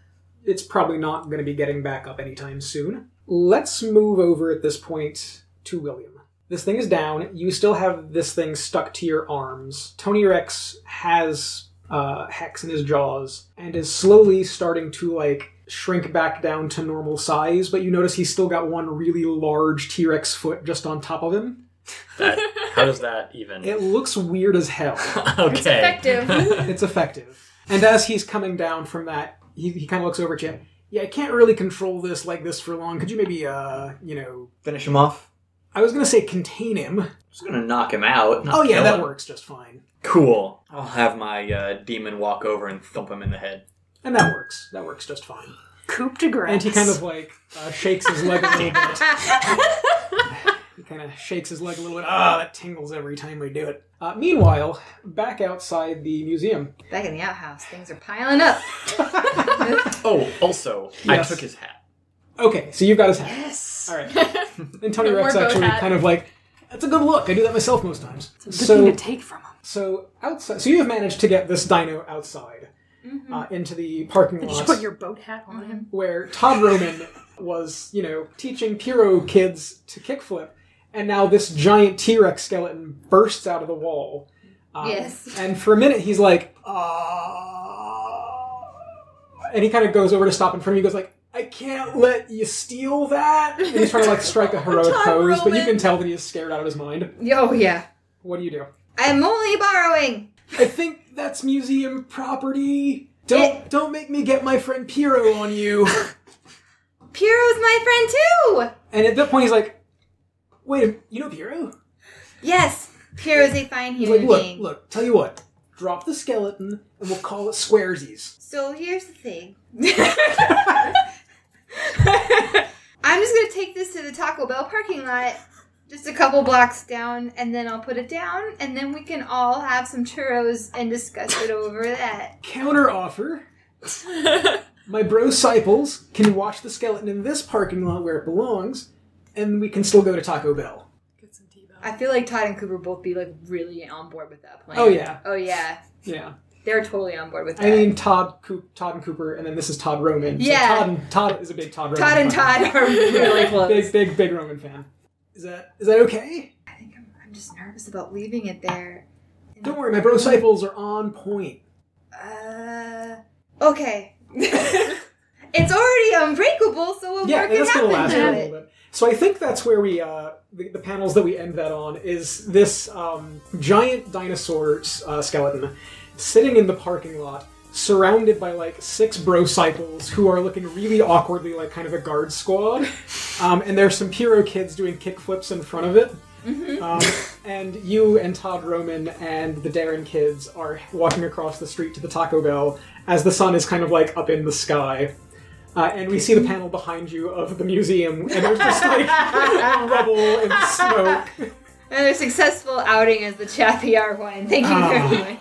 Speaker 2: it's probably not going to be getting back up anytime soon. Let's move over at this point to William. This thing is down. You still have this thing stuck to your arms. Tony Rex has uh, Hex in his jaws and is slowly starting to like shrink back down to normal size. But you notice he's still got one really large T Rex foot just on top of him.
Speaker 7: [laughs] [laughs] That- how does that even?
Speaker 2: It looks weird as
Speaker 7: [laughs]
Speaker 2: hell.
Speaker 7: okay.
Speaker 8: Effective.
Speaker 2: it's effective. And as he's coming down from that, he, he kind of looks over at you. Yeah, I can't really control this like this for long. Could you maybe, uh, you know,
Speaker 7: Finish him off.
Speaker 2: I was gonna say contain him.
Speaker 7: just gonna knock him out. not
Speaker 2: oh yeah,
Speaker 7: kill
Speaker 2: that
Speaker 7: him.
Speaker 2: works just fine.
Speaker 7: Cool. I'll have my uh, demon walk over and thump him in the head.
Speaker 2: And that works. That works just fine.
Speaker 5: Coop de Grace.
Speaker 2: And he kind of like uh, shakes his leg a little bit.
Speaker 5: [laughs]
Speaker 2: he kind of shakes his leg a little bit. Ah, that tingles every time we do it. Uh, meanwhile, back outside the museum.
Speaker 6: Back in the outhouse, things are piling up.
Speaker 7: Oh, also,
Speaker 2: Yes.
Speaker 7: I took his hat.
Speaker 2: Okay, so you've got his hat. Yes. All
Speaker 5: [laughs]
Speaker 2: right. And Tony Rex
Speaker 8: bow
Speaker 2: actually
Speaker 8: hat.
Speaker 2: kind of like, that's a good look. I do that myself most times.
Speaker 5: Good
Speaker 2: so
Speaker 5: thing to take from him.
Speaker 2: So outside, so you have managed to get this dino outside uh, into the parking
Speaker 5: Mm-hmm. You should
Speaker 2: lot
Speaker 5: put your boat hat on him.
Speaker 2: where Todd Roman was, you know, teaching Piro kids to kickflip, and now this giant T Rex skeleton bursts out of the wall. Um,
Speaker 6: Yes.
Speaker 2: And for a minute, he's like, "Ah," and he kind of goes over to stop in front of you. Goes like, "I can't let you steal that." And he's trying to like strike
Speaker 6: [laughs]
Speaker 2: a heroic
Speaker 6: Todd
Speaker 2: pose, but you
Speaker 6: Roman.
Speaker 2: can tell that he is scared out of his mind.
Speaker 6: Oh yeah.
Speaker 2: What do
Speaker 6: [laughs]
Speaker 2: you do?
Speaker 6: I'm only borrowing.
Speaker 2: I think that's museum property. Don't don't make me get my friend Piero on you.
Speaker 6: Piero's my friend
Speaker 2: And at that point, he's like, "Wait, a- you know Piero?"
Speaker 6: too. Yes. Piero's a fine
Speaker 2: He's like,
Speaker 6: human
Speaker 2: "Look,
Speaker 6: being.
Speaker 2: look. Tell you what. Drop the skeleton, and we'll call it squaresies."
Speaker 6: So here's the
Speaker 2: [laughs]
Speaker 6: thing. I'm just gonna take this to the Taco Bell parking lot, just a couple blocks down, and then I'll put it down, and then we can all have some churros and discuss it over that.
Speaker 2: Counter
Speaker 6: [laughs]
Speaker 2: offer. my bro Cyples can watch the skeleton in this parking lot where it belongs, and we can still go to Taco Bell.
Speaker 5: Get some tea
Speaker 6: I feel like Todd and Cooper both be like really on board with that plan.
Speaker 2: Oh, yeah.
Speaker 6: Oh yeah.
Speaker 2: Yeah.
Speaker 6: They're totally on board with that.
Speaker 2: I mean Todd, Coop, Todd and Cooper, and then this is Todd Roman. So
Speaker 6: Yeah.
Speaker 2: Todd, and, Todd is a big Todd. Roman [laughs]
Speaker 6: Todd and
Speaker 2: fan.
Speaker 6: Todd are
Speaker 2: [laughs]
Speaker 6: really close.
Speaker 2: Big, big, big Roman fan. Is that is that okay?
Speaker 6: I think I'm, I'm just nervous about leaving it there.
Speaker 2: Don't worry, my bro disciples are on point.
Speaker 6: Uh, okay. [laughs] it's already unbreakable, so what
Speaker 2: yeah,
Speaker 6: more can
Speaker 2: that's gonna last
Speaker 6: happen
Speaker 2: for a
Speaker 6: to
Speaker 2: little
Speaker 6: it?
Speaker 2: bit. So I think that's where we uh, the, the panels that we end that on is this um, giant dinosaur uh, skeleton sitting in the parking lot, surrounded by like six brocycles who are looking really awkwardly like kind of a guard squad, um, and there's some Piro kids doing kickflips in front of it. Um, and you and Todd Roman and the Darren kids are walking across the street to the Taco Bell as the sun is kind of like up in the sky. Uh, and we see the panel behind you of the museum, and there's just like rubble and smoke.
Speaker 6: Another successful outing as the Chappy R1. Thank you
Speaker 2: Ah.
Speaker 6: very much.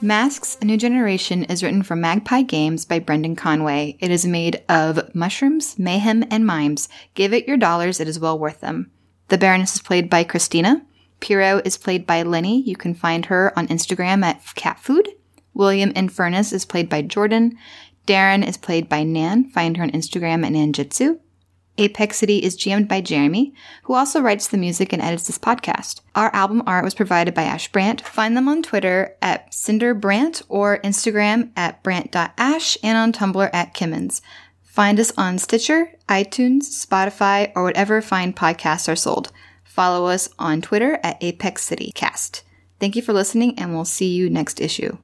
Speaker 6: Masks: A New Generation is written for Magpie Games by Brendan Conway. It is made of mushrooms, mayhem, and mimes. Give it your dollars; it is well worth them. The Baroness is played by Christina. Piro is played by Lenny. You can find her on Instagram at catfood. William Infernus is played by Jordan. Darren is played by Nan. Find her on Instagram at Nanjitsu. Apex City is GM'd by Jeremy, who also writes the music and edits this podcast. Our album art was provided by Ash Brandt. Find them on Twitter at Cinder Brandt or Instagram at Brandt.ash and on Tumblr at Kimmins. Find us on Stitcher, iTunes, Spotify, or whatever fine podcasts are sold. Follow us on Twitter at Apex City Cast. Thank you for listening, and we'll see you next issue.